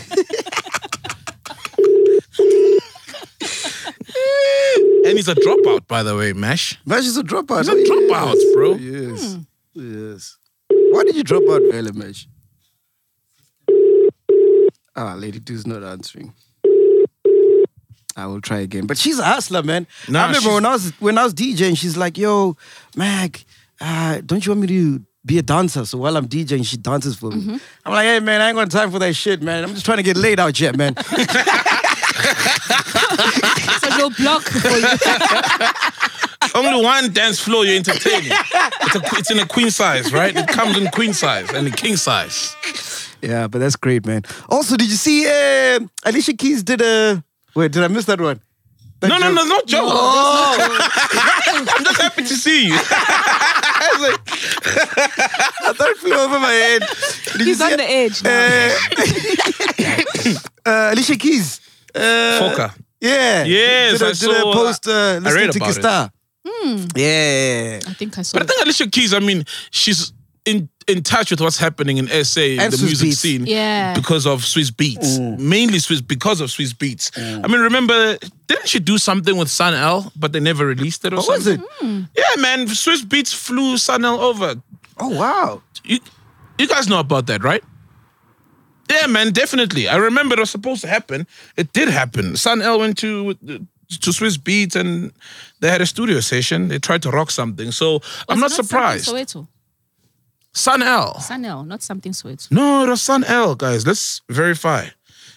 Speaker 3: and he's a dropout, by the way, Mesh.
Speaker 1: Mash is a dropout.
Speaker 3: He's a dropout, bro.
Speaker 1: Yes. Yes. Why did you drop out early, Mesh? Ah, lady two's not answering. I will try again. But she's a hustler, man.
Speaker 3: Nah,
Speaker 1: I remember
Speaker 3: she's-
Speaker 1: when I was when I was DJing, she's like, yo, Mac, uh, don't you want me to be a dancer? So while I'm DJing, she dances for me. I'm like, hey man, I ain't got time for that shit, man. I'm just trying to get laid out yet, man.
Speaker 2: So no block for you.
Speaker 3: Only one dance floor you're entertaining. It's, a, it's in a queen size, right? It comes in queen size and in king size.
Speaker 1: yeah, but that's great, man. Also, did you see uh, Alicia Keys did a wait, did I miss that one? That
Speaker 3: No, no,
Speaker 1: joke?
Speaker 3: no, no joke. I'm just happy to see you.
Speaker 1: I thought it flew over my head. Did you
Speaker 2: He's
Speaker 1: see
Speaker 2: on
Speaker 1: it?
Speaker 2: the edge. now.
Speaker 3: Eh.
Speaker 1: Uh, uh, Alicia Keys. Uh,
Speaker 3: Foka.
Speaker 1: Yeah.
Speaker 3: Yes,
Speaker 1: Did a,
Speaker 3: I
Speaker 1: did a
Speaker 3: saw-
Speaker 1: post uh,
Speaker 3: I read
Speaker 1: listening to
Speaker 3: about it.
Speaker 1: Kistar.
Speaker 2: Hmm.
Speaker 1: Yeah.
Speaker 2: I think I saw.
Speaker 3: But I
Speaker 2: it.
Speaker 3: think Alicia Keys, I mean, she's in in touch with what's happening in SA, in
Speaker 1: And
Speaker 3: the
Speaker 1: Swiss
Speaker 3: music
Speaker 1: Beats. Mm.
Speaker 3: scene,
Speaker 2: Yeah.
Speaker 3: because of Swiss Beats, mainly Swiss because of Swiss Beats. I mean, remember, didn't she do something with Sun L, but they never released it or
Speaker 1: What was
Speaker 3: something?
Speaker 1: it?
Speaker 2: Hmm.
Speaker 3: Yeah, man, Swiss Beats flew Sun L over.
Speaker 1: Oh wow.
Speaker 3: You, you guys know about that, right? Yeah, man, definitely. I remember it was supposed to happen. It did happen. Sun L went to to Swiss Beats and they had a studio session. They tried to rock something. So I'm not
Speaker 2: Was it
Speaker 3: surprised.
Speaker 2: Something Soweto.
Speaker 3: Sun L.
Speaker 2: Sanel, not something Soweto.
Speaker 3: No, it was Sun L, guys. Let's verify.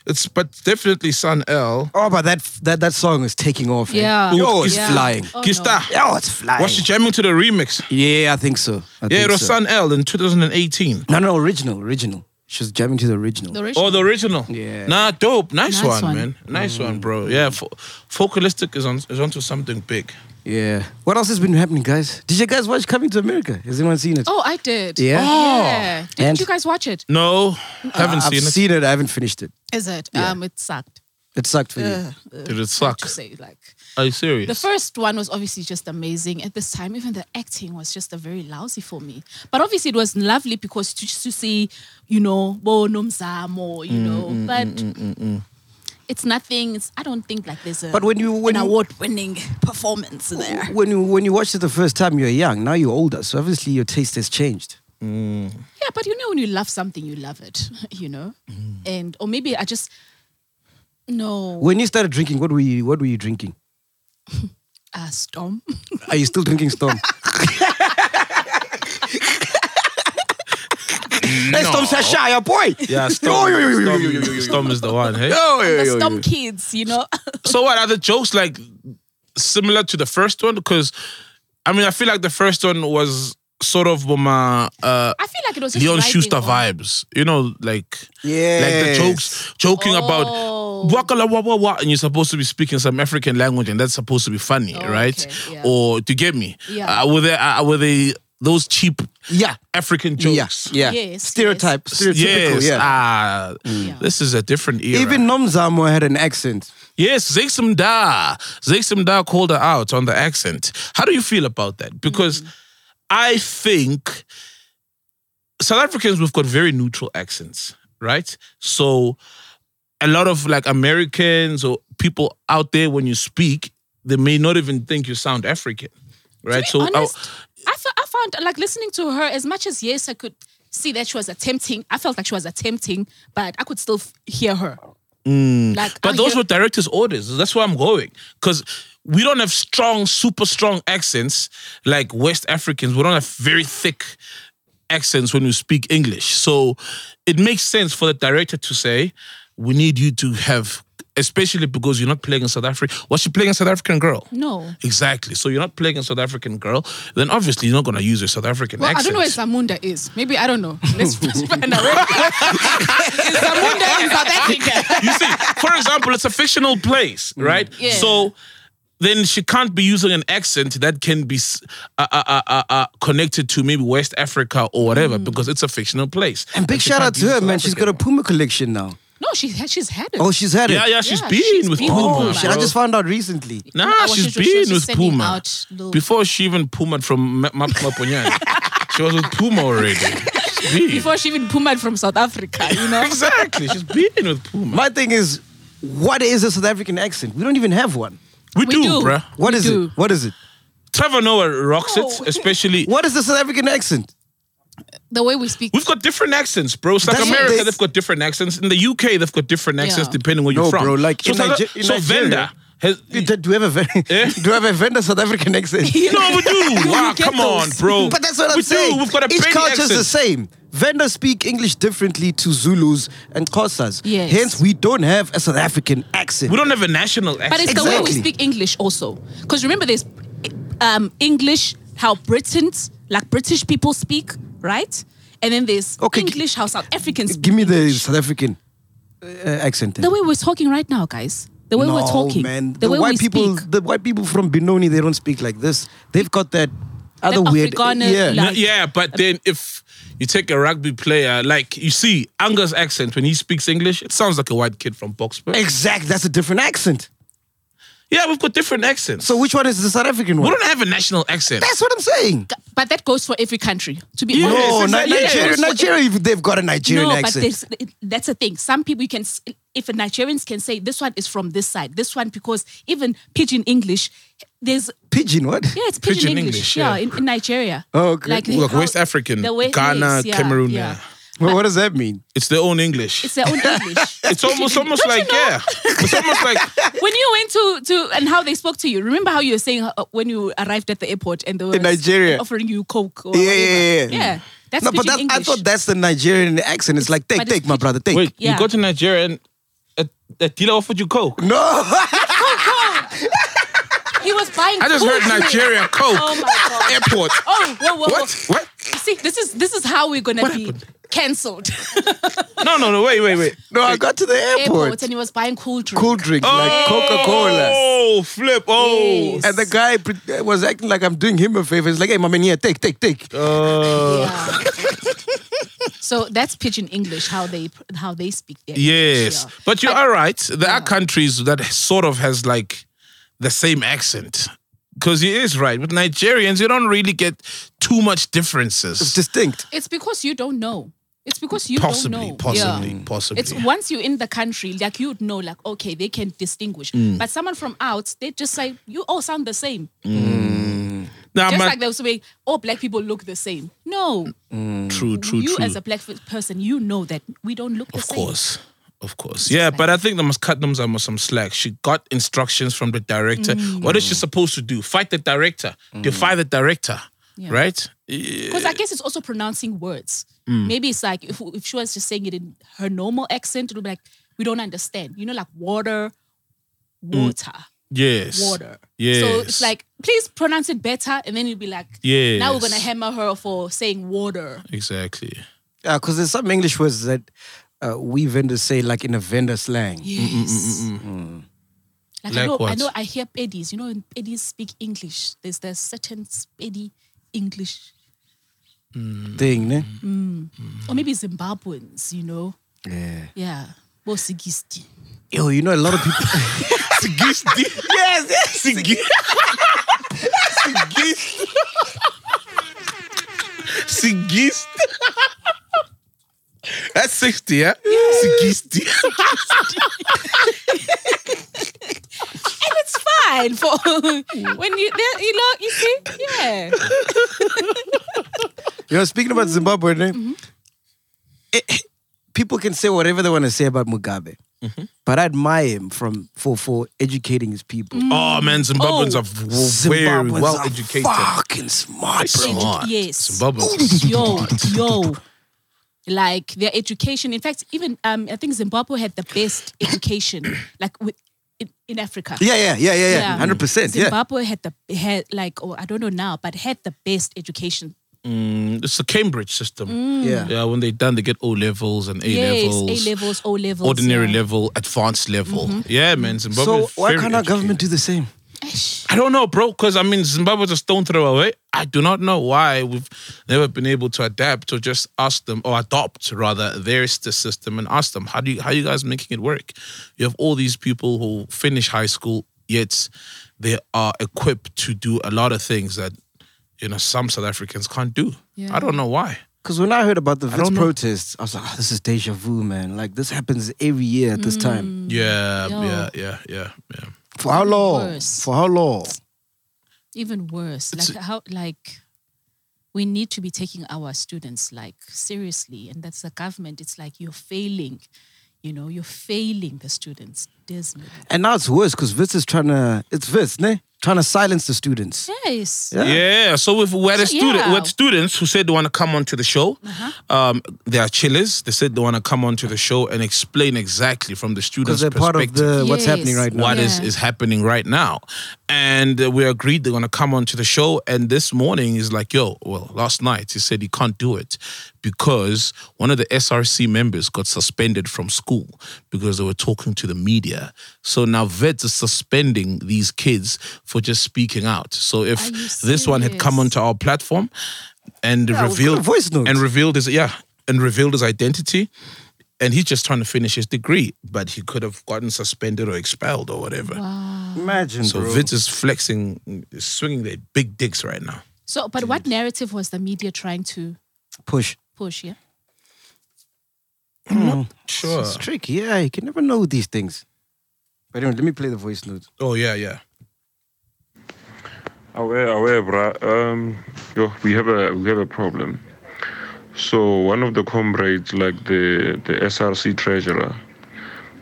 Speaker 3: It's but definitely Sun L.
Speaker 1: Oh, but that that that song is taking off. eh?
Speaker 2: Yeah.
Speaker 1: Oh, it's
Speaker 2: Yeah.
Speaker 1: flying.
Speaker 2: Oh, no.
Speaker 3: Kista.
Speaker 1: Oh, it's flying.
Speaker 3: Was she jamming to the remix?
Speaker 1: yeah, I think so. I
Speaker 3: Yeah,
Speaker 1: think
Speaker 3: it was
Speaker 1: so.
Speaker 3: Sun L in 2018.
Speaker 1: No, no, original, original. She was jamming to the original.
Speaker 2: The
Speaker 3: Or
Speaker 2: original.
Speaker 3: Oh, the original.
Speaker 1: Yeah.
Speaker 3: Nah, dope. Nice,
Speaker 2: Nice
Speaker 3: one,
Speaker 2: one.
Speaker 3: man. Nice one, bro. Yeah, fo- Focalistic is on is onto something big.
Speaker 1: yeah. What else has been happening, guys? Did you guys watch Coming to America? Has anyone seen it?
Speaker 2: Oh, I did.
Speaker 1: Yeah?
Speaker 3: Oh.
Speaker 2: Yeah. Didn't
Speaker 1: And-
Speaker 2: you guys watch it?
Speaker 3: No, haven't
Speaker 1: I've
Speaker 3: seen it.
Speaker 1: seen it. I haven't finished it.
Speaker 2: Is it? Um, it sucked.
Speaker 1: It sucked for you.
Speaker 3: Did it suck?
Speaker 2: To say like
Speaker 3: Are you
Speaker 2: the
Speaker 3: serious?
Speaker 2: first one was obviously just amazing. At this time, even the acting was just a very lousy for me. But obviously, it was lovely because to, to see, you know, Bo Nomzamo, you know, but. mm. It's nothing. It's, I don't think like there's a
Speaker 1: But when you- when
Speaker 2: an
Speaker 1: you-
Speaker 2: award-winning performance there.
Speaker 1: When you when you watched it the first time, you were young. Now you're older, so obviously your taste has changed.
Speaker 2: Yeah, but you know when you love something, you love it, you know? And or maybe I just no
Speaker 1: When you started drinking, what were you what were you drinking?
Speaker 2: uh, storm.
Speaker 1: Are you still drinking Storm? Hey, Storm Sasha, your boy.
Speaker 3: yeah, Storm, Storm, Storm is the one. Hey?
Speaker 2: the storm kids, you know.
Speaker 3: So what are the jokes like similar to the first one? Because I mean, I feel like the first one was sort of Boma uh,
Speaker 2: I feel like it was just
Speaker 3: Leon
Speaker 2: riding
Speaker 3: Schuster
Speaker 2: on.
Speaker 3: vibes. You know, like like the
Speaker 1: Yes.
Speaker 3: jokes joking
Speaker 2: Oh.
Speaker 3: about wakala wa wa wa, and you're supposed to be speaking some African language, and that's supposed to be funny,
Speaker 2: Oh,
Speaker 3: right?
Speaker 2: okay, yeah.
Speaker 3: Or do you get me?
Speaker 2: Yeah.
Speaker 3: Uh, were there uh, were they those cheap
Speaker 1: Yeah.
Speaker 3: African
Speaker 1: Yeah.
Speaker 3: jokes?
Speaker 1: Yeah.
Speaker 2: Yes,
Speaker 1: Stereotype. Stereotypical.
Speaker 3: Yes.
Speaker 1: Yeah.
Speaker 3: Ah,
Speaker 2: Yeah.
Speaker 3: this is a different era.
Speaker 1: Even Nomzamo had an accent.
Speaker 3: Yes, Zixim Da. Zixim Da called her out on the accent. How do you feel about that? Because
Speaker 2: Mm.
Speaker 3: I think South Africans, we've got very neutral accents, right? So a lot of like Americans or people out there, when you speak, they may not even think you sound African, right?
Speaker 2: To be
Speaker 3: I-
Speaker 2: honest, I, fe- I found like listening to her as much as yes, I could see that she was attempting. I felt like she was attempting, but I could still f- hear her. Like,
Speaker 3: Mm.
Speaker 2: I
Speaker 3: But those
Speaker 2: hear-
Speaker 3: were director's orders. That's where I'm going. Because we don't have strong, super strong accents like West Africans. We don't have very thick accents when we speak English. So it makes sense for the director to say, we need you to have, especially because you're not playing in South Africa. Was she playing a South African girl?
Speaker 2: no.
Speaker 3: Exactly. So you're not playing a South African girl, then obviously you're not going to use your South African
Speaker 2: Well,
Speaker 3: accent.
Speaker 2: I don't know where Zamunda is. Maybe I don't know. Let's just find out. is Zamunda in South Africa?
Speaker 3: you see, for example, it's a fictional place, right?
Speaker 2: Mm. Yeah.
Speaker 3: So then she can't be using an accent that can be s- uh, uh, uh, uh, uh, connected to maybe West Africa or whatever
Speaker 2: Mm.
Speaker 3: because it's a fictional place.
Speaker 1: And big
Speaker 3: she
Speaker 1: shout
Speaker 3: can't
Speaker 1: out to
Speaker 3: use
Speaker 1: her,
Speaker 3: South
Speaker 1: man. She's got
Speaker 3: African
Speaker 1: a Puma collection now.
Speaker 2: No, she ha- she's had it.
Speaker 1: Oh, she's had
Speaker 3: Yeah,
Speaker 1: it.
Speaker 3: yeah, she's
Speaker 2: Yeah,
Speaker 3: been
Speaker 2: she's
Speaker 3: with
Speaker 2: been with
Speaker 3: Puma.
Speaker 1: Oh,
Speaker 2: Puma.
Speaker 1: shit. I just found out recently.
Speaker 3: Nah,
Speaker 2: I was
Speaker 3: she's
Speaker 2: just- she
Speaker 3: been
Speaker 2: was
Speaker 3: with
Speaker 2: sending
Speaker 3: Puma.
Speaker 2: out little-
Speaker 3: Before she even Pumaed from Ma- Ma- Maponyan, she was with Puma already. She's been.
Speaker 2: Before she even pumaed from South Africa, you know.
Speaker 3: exactly. She's been with Puma.
Speaker 1: My thing is, what is a South African accent? We don't even have one.
Speaker 3: we, do, bruh.
Speaker 1: What
Speaker 2: We
Speaker 1: is
Speaker 2: do.
Speaker 1: it? What is it?
Speaker 3: Trevor Noah rocks
Speaker 2: No.
Speaker 3: it, especially.
Speaker 1: What is the South African accent?
Speaker 2: The way we speak.
Speaker 3: We've got different accents, bro. South
Speaker 1: That's-
Speaker 3: America,
Speaker 1: they-
Speaker 3: they've got different accents. In the UK, they've got different accents
Speaker 2: Yeah.
Speaker 3: depending where you're
Speaker 1: No,
Speaker 3: from.
Speaker 1: bro, like,
Speaker 3: so,
Speaker 1: in
Speaker 3: South-
Speaker 1: Niger- in
Speaker 3: so
Speaker 1: Nigeria-
Speaker 3: Venda has.
Speaker 1: Do do we have a very,
Speaker 3: Eh?
Speaker 1: do we have a vendor South African accent?
Speaker 3: No, we do. wow,
Speaker 2: get
Speaker 3: come on,
Speaker 2: those.
Speaker 3: bro.
Speaker 1: But that's what I'm
Speaker 3: we
Speaker 1: saying.
Speaker 3: Do. We've got a
Speaker 1: Each
Speaker 3: Benny
Speaker 1: culture is the same.
Speaker 3: accent.
Speaker 1: Vendors speak English differently to Zulus and Xhosas.
Speaker 2: Yes.
Speaker 1: Hence, we don't have a South African accent.
Speaker 3: We don't have a national accent.
Speaker 2: But it's the way we
Speaker 1: Exactly.
Speaker 2: speak English also. Because remember, there's um, English, how Britons, like British people speak, right? And then there's
Speaker 1: Okay, gi-
Speaker 2: English, how South Africans speak.
Speaker 1: Give me the
Speaker 2: English.
Speaker 1: South African uh, accent. then.
Speaker 2: The way we're talking right now, guys. The way we're talking.
Speaker 1: man.
Speaker 2: The, way
Speaker 1: white
Speaker 2: we
Speaker 1: people,
Speaker 2: speak.
Speaker 1: the white people from Benoni, they don't speak like this. They've got that other weird,
Speaker 2: Afrikaner,
Speaker 1: yeah.
Speaker 3: No,
Speaker 2: like-
Speaker 3: Uh, yeah, but then if you take a rugby player, like you see Angus accent when he speaks English, it sounds like a white kid from Boxburg.
Speaker 1: exact. That's a different accent.
Speaker 3: Yeah, we've got different accents.
Speaker 1: So which one is the South African
Speaker 3: we
Speaker 1: one?
Speaker 3: don't have a national accent.
Speaker 1: That's what I'm saying.
Speaker 2: But that goes for every country, to be
Speaker 3: Yes,
Speaker 2: honest.
Speaker 1: No, Ni-
Speaker 3: exactly.
Speaker 1: Nigeria,
Speaker 3: Yes.
Speaker 1: Nigeria, if they've got a Nigerian
Speaker 2: no,
Speaker 1: accent.
Speaker 2: but there's, that's the thing. Some people you can, s- if Nigerians can say this one is from this side, this one because even pidgin English, there's
Speaker 1: Pigeon, what?
Speaker 2: yeah, it's pidgin,
Speaker 3: Pidgin
Speaker 2: English,
Speaker 3: English,
Speaker 2: yeah,
Speaker 3: yeah.
Speaker 2: in, in Nigeria.
Speaker 1: Oh, okay.
Speaker 3: Look, West African, Ghana, Cameroon, yeah.
Speaker 1: Well, what does that mean?
Speaker 3: It's their own English.
Speaker 2: It's
Speaker 3: It's,
Speaker 2: their own English.
Speaker 3: almost almost like yeah. It's almost like
Speaker 2: when you went to to and how they spoke to you. Remember how you were saying uh, when you arrived at the airport and they were
Speaker 1: In Nigeria.
Speaker 2: offering you coke. Or
Speaker 1: Yeah,
Speaker 2: whatever.
Speaker 1: yeah, yeah.
Speaker 2: yeah. That's
Speaker 1: no, but
Speaker 2: pidgin
Speaker 1: that,
Speaker 2: English.
Speaker 1: I thought that's the Nigerian accent. It's like, take,
Speaker 2: but it's
Speaker 1: take, my brother, take.
Speaker 3: wait,
Speaker 2: Yeah.
Speaker 3: you go to Nigeria and uh, a, a dealer offered you coke.
Speaker 1: No,
Speaker 2: he was buying.
Speaker 3: I just
Speaker 2: food
Speaker 3: heard
Speaker 2: with-
Speaker 3: Nigeria coke
Speaker 2: Oh my god.
Speaker 3: airport.
Speaker 2: Oh, whoa, whoa, whoa.
Speaker 3: What? What?
Speaker 2: You See, this is this is how we're gonna be cancelled.
Speaker 3: No, no, no. Wait, wait, wait.
Speaker 1: no, I got to the airport.
Speaker 2: Airport, Oh. and he was buying cool drink.
Speaker 1: Cool drink, like Coca Cola.
Speaker 3: Oh, flip. Oh.
Speaker 2: Yes.
Speaker 1: And the guy pre- uh, was acting like I'm doing him a favor. He's like, hey, my man, here, take, take, take.
Speaker 2: Yeah. so that's pidgin English how they how they speak. Their
Speaker 3: Yes,
Speaker 2: English, yeah.
Speaker 3: but you are right. There are countries that sort of has like the same accent. Because he is right. With Nigerians, you don't really get too much differences.
Speaker 1: It's distinct.
Speaker 2: It's because you don't know. It's because you don't
Speaker 3: possibly,
Speaker 2: know.
Speaker 3: possibly,
Speaker 2: Yeah.
Speaker 3: possibly.
Speaker 2: It's once you're in the country, like you'd know, like okay, they can distinguish. But someone from out, they just say you all sound the same.
Speaker 3: Nah,
Speaker 2: just
Speaker 3: man,
Speaker 2: like they was saying, all black people look the same. No,
Speaker 3: true, true,
Speaker 2: you
Speaker 3: true.
Speaker 2: as a black f- person, you know that we don't look the
Speaker 3: of
Speaker 2: same.
Speaker 3: course. Of course. Yeah, but I think they must cut them some some slack. She got instructions from the director.
Speaker 2: Mm.
Speaker 3: What is she supposed to do? Fight the director. Defy the director.
Speaker 2: Yeah.
Speaker 3: Right?
Speaker 2: Because I guess it's also pronouncing words.
Speaker 3: Mm.
Speaker 2: Maybe it's like if, if she was just saying it in her normal accent, it would be like, we don't understand. You know, like water, water,
Speaker 3: Yes.
Speaker 2: water.
Speaker 3: Mm. Yes.
Speaker 2: So it's like, please pronounce it better. And then you'd be like, now we're
Speaker 3: Yes.
Speaker 2: going to hammer her for saying water.
Speaker 3: Exactly.
Speaker 1: Yeah, because Uh, there's some English words that uh, we vendors say, like in a vendor slang.
Speaker 3: Mm,
Speaker 2: Yes. Like, I
Speaker 3: Like
Speaker 2: know, I
Speaker 3: what?
Speaker 2: know, I hear Pedis. You know, when Pedis speak English, there's there's certain Pedi English,
Speaker 1: Thing,
Speaker 2: Mm.
Speaker 1: ne?
Speaker 2: or
Speaker 3: Mm.
Speaker 2: maybe Zimbabweans. You know,
Speaker 1: Yeah.
Speaker 2: yeah, Bosigisti.
Speaker 1: Yo, you know, a lot of people. yes, yes.
Speaker 3: Sigist. That's 60, yeah? Sigist.
Speaker 2: it's fine for when you there, you know you see yeah
Speaker 1: You know, speaking about Zimbabwe, ne? Eh, people can say whatever they want to say about Mugabe,
Speaker 3: Mm-hmm.
Speaker 1: but I admire him from for for educating his people.
Speaker 3: Oh man, Zimbabweans
Speaker 2: Oh.
Speaker 3: are v- very
Speaker 1: Zimbabweans
Speaker 3: well
Speaker 1: are
Speaker 3: educated.
Speaker 1: Fucking smart, bro.
Speaker 3: Smart.
Speaker 2: yes.
Speaker 3: Zimbabweans.
Speaker 2: yo yo like their education in fact even um I think Zimbabwe had the best education like with in, in Africa
Speaker 1: Yeah, yeah, yeah, yeah, yeah. Hundred percent. Yeah.
Speaker 2: Zimbabwe had the had like or I don't know now but had the best education
Speaker 3: It's the Cambridge system.
Speaker 1: yeah,
Speaker 3: Yeah, when they done, they get O levels and A
Speaker 2: Mm. yes
Speaker 3: levels,
Speaker 2: A levels O levels
Speaker 3: ordinary
Speaker 2: yeah. Mm-hmm.
Speaker 3: level, advanced level. Yeah, man, Zimbabwe.
Speaker 1: So
Speaker 3: is
Speaker 1: why
Speaker 3: very
Speaker 1: can't our government do the same?
Speaker 3: educated.
Speaker 2: Eish.
Speaker 3: I don't know, bro, because I mean, Zimbabwe's a stone throw away. I do not know why we've never been able to adapt or just ask them or adopt rather their s- the system and ask them how do you how you guys making it work? You have all these people who finish high school yet they are equipped to do a lot of things that you know some South Africans can't do.
Speaker 2: Yeah.
Speaker 3: I don't know why.
Speaker 1: Because when I heard about the Vits
Speaker 3: don't know.
Speaker 1: protests, I was like, oh, this is deja vu, man. Like, this happens every year at this time.
Speaker 3: Yeah,
Speaker 2: Mm-hmm. Yo.
Speaker 3: yeah, yeah, yeah, yeah.
Speaker 1: For how long?
Speaker 2: Worse.
Speaker 1: For how long?
Speaker 2: Even worse. like how like we need to be taking our students like seriously. And that's the government. It's like you're failing. You know, you're failing the students. Dismally.
Speaker 1: And now it's worse because Vits is trying to, it's Vits, ne? Trying to silence the students.
Speaker 2: Yes.
Speaker 1: Yeah.
Speaker 3: Yeah, so we've, we had a
Speaker 2: So,
Speaker 3: student,
Speaker 2: yeah. Uh-huh.
Speaker 3: we had students who said they want to come onto the show. Um, they are chillers. They said they want to come onto the show and explain exactly from the
Speaker 1: Because
Speaker 3: students'
Speaker 1: they're part
Speaker 3: perspective
Speaker 1: of the what's
Speaker 2: Yes.
Speaker 1: happening right now.
Speaker 3: what is
Speaker 2: Yeah.
Speaker 3: is happening right now. And uh, we agreed they're gonna come onto the show. And this morning is like, yo, well, last night he said he can't do it because one of the SRC members got suspended from school because they were talking to the media. So now vets is suspending these kids for just speaking out. So
Speaker 2: Are
Speaker 3: if
Speaker 2: you
Speaker 3: this one had come
Speaker 2: serious?
Speaker 3: onto our platform and revealed
Speaker 1: got a voice note.
Speaker 3: and revealed his yeah and revealed his identity and he's just trying to finish his degree, but he could have gotten suspended or expelled or whatever.
Speaker 1: Imagine,
Speaker 3: So
Speaker 1: bro.
Speaker 3: Vince is flexing, swinging their big dicks right now.
Speaker 2: So but what narrative was the media trying to
Speaker 1: Push.
Speaker 2: push, yeah?
Speaker 3: Sure.
Speaker 1: It's tricky. Yeah, you can never know these things. But anyway, let me play the voice note.
Speaker 3: Oh yeah, yeah.
Speaker 4: Aware, aware, bruh. Um, yo, we have a we have a problem. So one of the comrades, like the the SRC treasurer,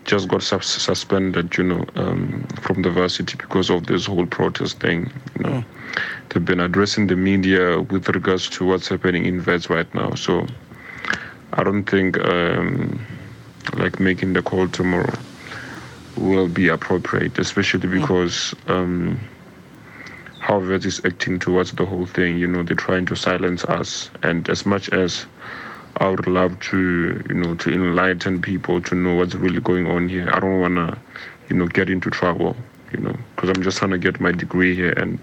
Speaker 4: just got sus- suspended, you know, um, from the varsity because of this whole protest thing. You know, they've been addressing the media with regards to what's happening in Vets right now. So I don't think um, like making the call tomorrow will be appropriate, especially because. Um, how Vets is acting towards the whole thing. You know, they're trying to silence us. And as much as I would love to, you know, to enlighten people to know what's really going on here, I don't want to, you know, get into trouble, you know, because I'm just trying to get my degree here and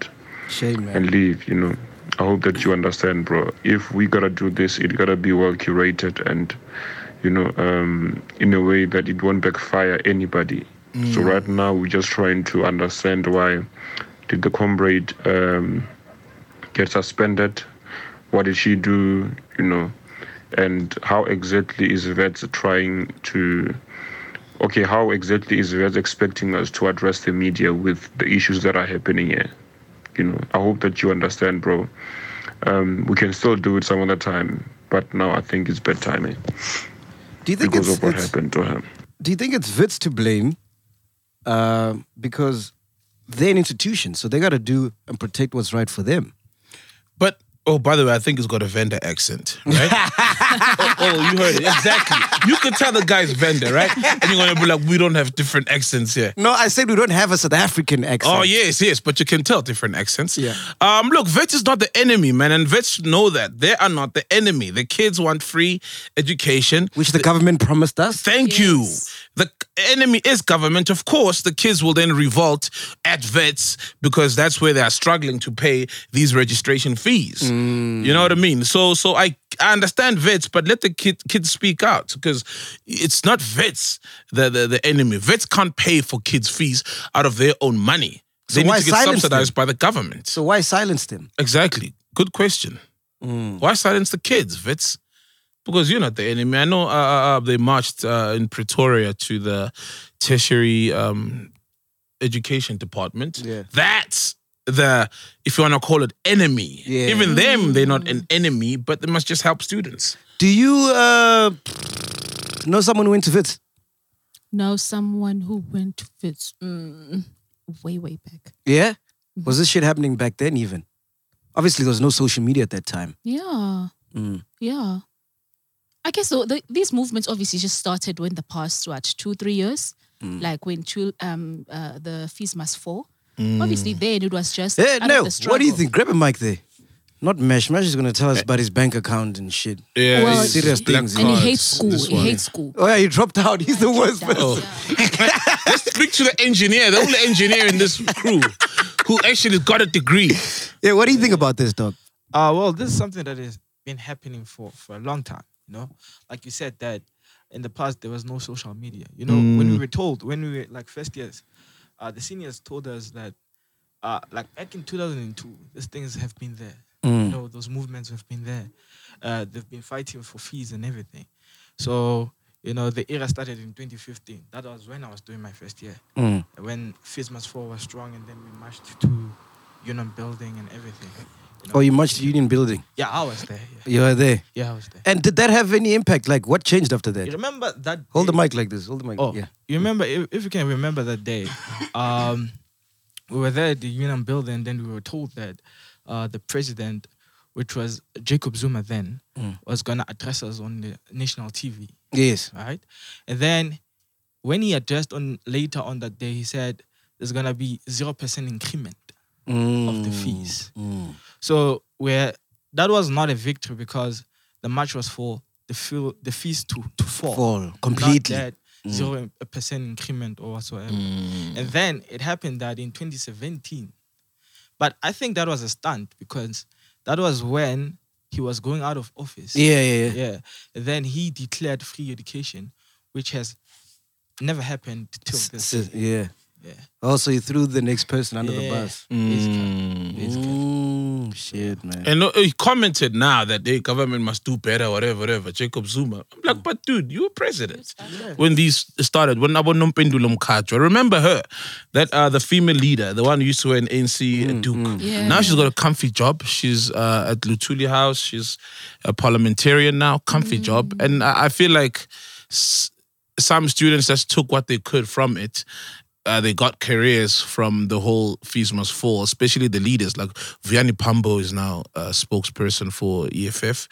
Speaker 1: Shame, man.
Speaker 4: and leave, you know. I hope that you understand, bro. If we gotta do this, it gotta be well curated and, you know, um, in a way that it won't backfire anybody. So right now we're just trying to understand why did the comrade um, get suspended? What did she do? You know, and how exactly is Vets trying to? Okay, how exactly is Vets expecting us to address the media with the issues that are happening here? you know i hope that you understand bro um, we can still do it some other time but now i think it's bad timing
Speaker 1: Do you think
Speaker 4: because
Speaker 1: it's,
Speaker 4: of what
Speaker 1: it's
Speaker 4: happened to him
Speaker 1: do you think it's Vits to blame? Uh, because they're an institution, so they got to do and protect what's right for them.
Speaker 3: But oh, by the way, I think he's got a vendor accent, right? oh, oh, you heard it exactly. You could tell the guy's vendor, right? And you're gonna be like, we don't have different accents here.
Speaker 1: No, I said we don't have a South African accent.
Speaker 3: Oh yes, yes, but you can tell different accents.
Speaker 1: Yeah.
Speaker 3: Um, look, vets is not the enemy, man, and vets know that they are not the enemy. The kids want free education.
Speaker 1: Which the government promised us.
Speaker 2: Yes.
Speaker 3: Thank you. The enemy is government. Of course, the kids will then revolt at vets because that's where they are struggling to pay these registration fees.
Speaker 1: Mm.
Speaker 3: You know what I mean? So, so I, I understand vets, but let the kid, kids speak out because it's not vets the, the the enemy. Vets can't pay for kids' fees out of their own money. They
Speaker 1: why
Speaker 3: need to get
Speaker 1: silence them?
Speaker 3: subsidized by the government.
Speaker 1: So why silence them?
Speaker 3: Exactly. Good question.
Speaker 2: Mm.
Speaker 3: Why silence the kids, Vits? Because you're not the enemy. I know uh, uh, uh, they marched uh, in Pretoria to the tertiary um, education department.
Speaker 1: Yeah.
Speaker 3: That's the, if you want to call it, enemy.
Speaker 1: Yeah.
Speaker 3: Even them, they're not
Speaker 2: Mm.
Speaker 3: an enemy, but they must just help students.
Speaker 1: Do you uh, know someone who went to Vits?
Speaker 2: Now someone who went to Fitz mm, way, way back.
Speaker 1: Yeah. Was this shit happening back then even? Obviously, there was no social media at that time.
Speaker 2: Yeah. Yeah. I guess so. The, these movements obviously just started when the past what two three years, like when chil- um uh, the fees must fall. Obviously, then it was just
Speaker 1: Mm. Hey,
Speaker 2: out of
Speaker 1: no.
Speaker 2: the
Speaker 1: What do you
Speaker 2: struggle.
Speaker 1: think? Grab a mic there. Not Mesh. Mesh is gonna tell us about his bank account and shit.
Speaker 3: Yeah,
Speaker 2: Well,
Speaker 3: it's
Speaker 1: serious
Speaker 3: black
Speaker 1: things,
Speaker 2: And he
Speaker 3: cards,
Speaker 2: hates school.
Speaker 3: this
Speaker 2: He
Speaker 3: one.
Speaker 2: hates school.
Speaker 1: Oh yeah, he dropped out. He's the worst.
Speaker 2: That's-
Speaker 1: person.
Speaker 2: yeah.
Speaker 3: Let's speak to the engineer, the only engineer in this crew. who actually got a degree.
Speaker 1: Yeah, what do you think about this, dog?
Speaker 5: Uh, well, this is something that has been happening for, for a long time. You know, like you said that in the past there was no social media. You know, when we were told when we were like first years, uh, the seniors told us that uh, like back in 2002, these things have been there. You know, those movements have been there. Uh, they've been fighting for fees and everything. So you know, the era started in 2015. That was when I was doing my first year. When Fees Must Fall was strong, and then we marched to Union Building and everything. you know.
Speaker 1: Oh, you marched to Union Building.
Speaker 5: Yeah, I was there. Yeah,
Speaker 1: You were there.
Speaker 5: yeah I was there.
Speaker 1: And did that have any impact? Like, what changed after
Speaker 5: You
Speaker 1: that?
Speaker 5: remember that?
Speaker 1: Hold the
Speaker 5: day-
Speaker 1: mic like this. Hold the mic.
Speaker 5: Oh,
Speaker 1: yeah.
Speaker 5: You remember if, if you can remember that day, um, we were there at the Union Building, and then we were told that uh, the president, which was Jacob Zuma then,
Speaker 1: Mm.
Speaker 5: was gonna address us on the national TV.
Speaker 1: Yes.
Speaker 5: right? And then when he addressed on later on that day, he said there's gonna be zero percent increment of
Speaker 1: Mm.
Speaker 5: the fees. So where that was not a victory because the match was for the feel, the fees to to fall,
Speaker 1: Fall,
Speaker 5: not
Speaker 1: completely. Mm.
Speaker 5: that Zero percent increment or whatsoever, and then it happened that in 2017, but I think that was a stunt because that was when he was going out of office.
Speaker 1: Yeah, yeah, yeah.
Speaker 5: Yeah. And then he declared free education, which has never happened till
Speaker 1: S-
Speaker 5: this.
Speaker 1: s- yeah.
Speaker 5: Yeah.
Speaker 1: Also, you threw the next person under the
Speaker 5: Yeah.
Speaker 1: bus.
Speaker 5: Basically. Basically.
Speaker 1: Mm, shit, man.
Speaker 3: And uh, he commented now that the government must do better, whatever, whatever. Jacob Zuma. I'm like, but dude, you were president when these started. When Abo Nompendulo Mkhatshwa. Remember her, that uh, the female leader, the one who used to wear an ANC Duke.
Speaker 2: Yeah.
Speaker 3: Now she's got a comfy job. She's uh, at Lutuli House. She's a parliamentarian now, comfy job. And I, I feel like s- some students just took what they could from it. Uh, they got careers from the whole fees must fall, especially the leaders. Like Vianney Pambo is now a spokesperson for EFF.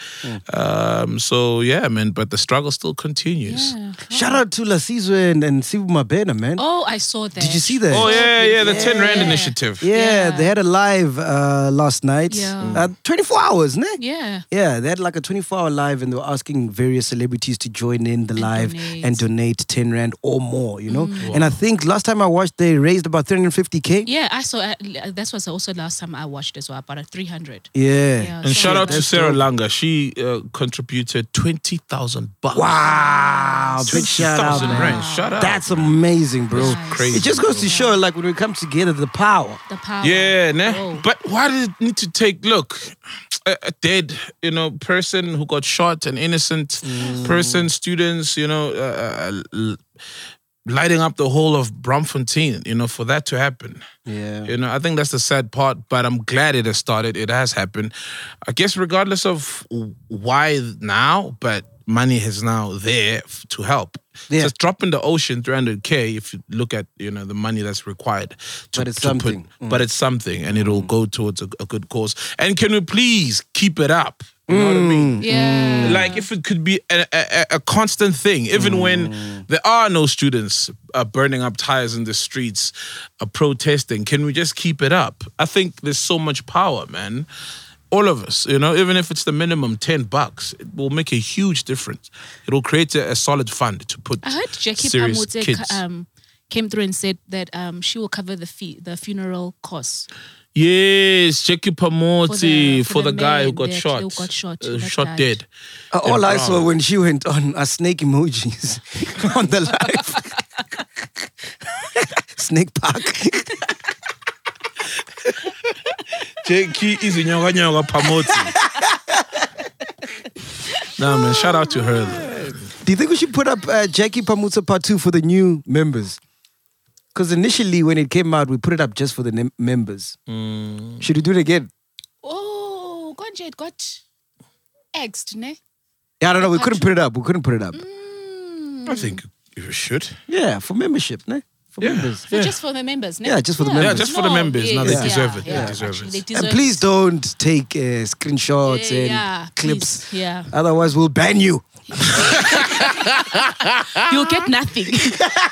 Speaker 3: Um, so yeah, man. But the struggle still continues.
Speaker 2: Yeah.
Speaker 1: Shout out to Lasizwe and, and Sibu Mabena, man.
Speaker 2: Oh, I saw that.
Speaker 1: Did you see that?
Speaker 3: Oh yeah, yeah. The Ten Rand
Speaker 2: Yeah.
Speaker 3: Initiative.
Speaker 1: Yeah,
Speaker 2: Yeah.
Speaker 1: they had a live uh, last night.
Speaker 2: Yeah.
Speaker 1: Uh, 24 hours, ne?
Speaker 2: Yeah.
Speaker 1: Yeah, they had like a 24 hour live and they were asking various celebrities to join in the live
Speaker 2: donate. Mm.
Speaker 1: and donate 10 Rand or more, you know? And I think last time I watched, they raised about 350K.
Speaker 2: Yeah, I saw. Uh, that was also last time I watched as well, about a 300.
Speaker 1: Yeah.
Speaker 2: Yeah.
Speaker 3: And shout out to
Speaker 1: That's
Speaker 3: Sarah
Speaker 1: dope.
Speaker 3: Langa. She uh, contributed twenty thousand bucks.
Speaker 1: Wow. Big shout out,
Speaker 3: 20,000
Speaker 1: man.
Speaker 3: rand. Shout out.
Speaker 1: That's amazing, bro.
Speaker 2: That's crazy,
Speaker 1: It just goes to
Speaker 2: bro.
Speaker 1: show, like, when we come together, the power.
Speaker 2: The power. Oh.
Speaker 3: Yeah, nah.
Speaker 2: Whoa.
Speaker 3: But why did it need to take? Look, a, a dead, you know, person who got shot, an innocent person, students, you know, uh, uh, l- lighting up the whole of Bromfontein, you know, for that to happen.
Speaker 1: Yeah.
Speaker 3: You know, I think that's the sad part, but I'm glad it has started. It has happened. I guess regardless of why now, but money is now there f- to help.
Speaker 1: Yeah.
Speaker 3: Just drop in the ocean 300k if you look at, you know, the money that's required. To,
Speaker 1: But it's
Speaker 3: to put-
Speaker 1: something. Mm.
Speaker 3: But it's something and it'll go towards a, a good cause. And can we please keep it up? You know what
Speaker 1: Mm.
Speaker 3: I mean?
Speaker 2: Yeah.
Speaker 3: Like if it could be a, a, a- a constant thing, even when there are no students uh, burning up tires in the streets, uh, protesting, can we just keep it up? I think there's so much power, man. All of us, you know, even if it's the minimum ten bucks, it will make a huge difference. It will create a, a solid fund to put.
Speaker 2: I heard Jackie
Speaker 3: serious
Speaker 2: Pamutse
Speaker 3: kids.
Speaker 2: ca- um, came through and said that um, she will cover the fee, the funeral costs.
Speaker 3: yes, Jackie Pamoti for, the, guy who
Speaker 2: man
Speaker 3: got
Speaker 2: that-
Speaker 3: shot,
Speaker 2: who got shot,
Speaker 3: uh,
Speaker 2: that
Speaker 3: shot
Speaker 2: died.
Speaker 3: dead.
Speaker 1: Uh, all I
Speaker 3: Wow.
Speaker 1: saw when she went on are snake emojis on the live. snake park.
Speaker 3: Jackie is inyonga Pamoti. Nah, man, shout out to her. though.
Speaker 1: Do you think we should put up uh, Jackie Pamutsa Part 2 for the new members? Because initially, when it came out, we put it up just for the nem- members. Should we do it again?
Speaker 2: Oh, Gonja, it got exed, ne?
Speaker 1: Yeah, I don't know. We couldn't put it up. We couldn't put it up.
Speaker 3: I think you should.
Speaker 1: Yeah, for membership, ne? For members.
Speaker 2: So just for the members, ne?
Speaker 1: Yeah, just for the members.
Speaker 3: Yeah, just for the members. No, they deserve it. They deserve
Speaker 2: actually,
Speaker 3: it.
Speaker 2: They deserve
Speaker 1: And please don't take uh, screenshots
Speaker 2: Yeah,
Speaker 1: and
Speaker 2: yeah,
Speaker 1: clips.
Speaker 2: please, yeah.
Speaker 1: Otherwise, we'll ban you.
Speaker 3: Ah.
Speaker 2: You'll get nothing.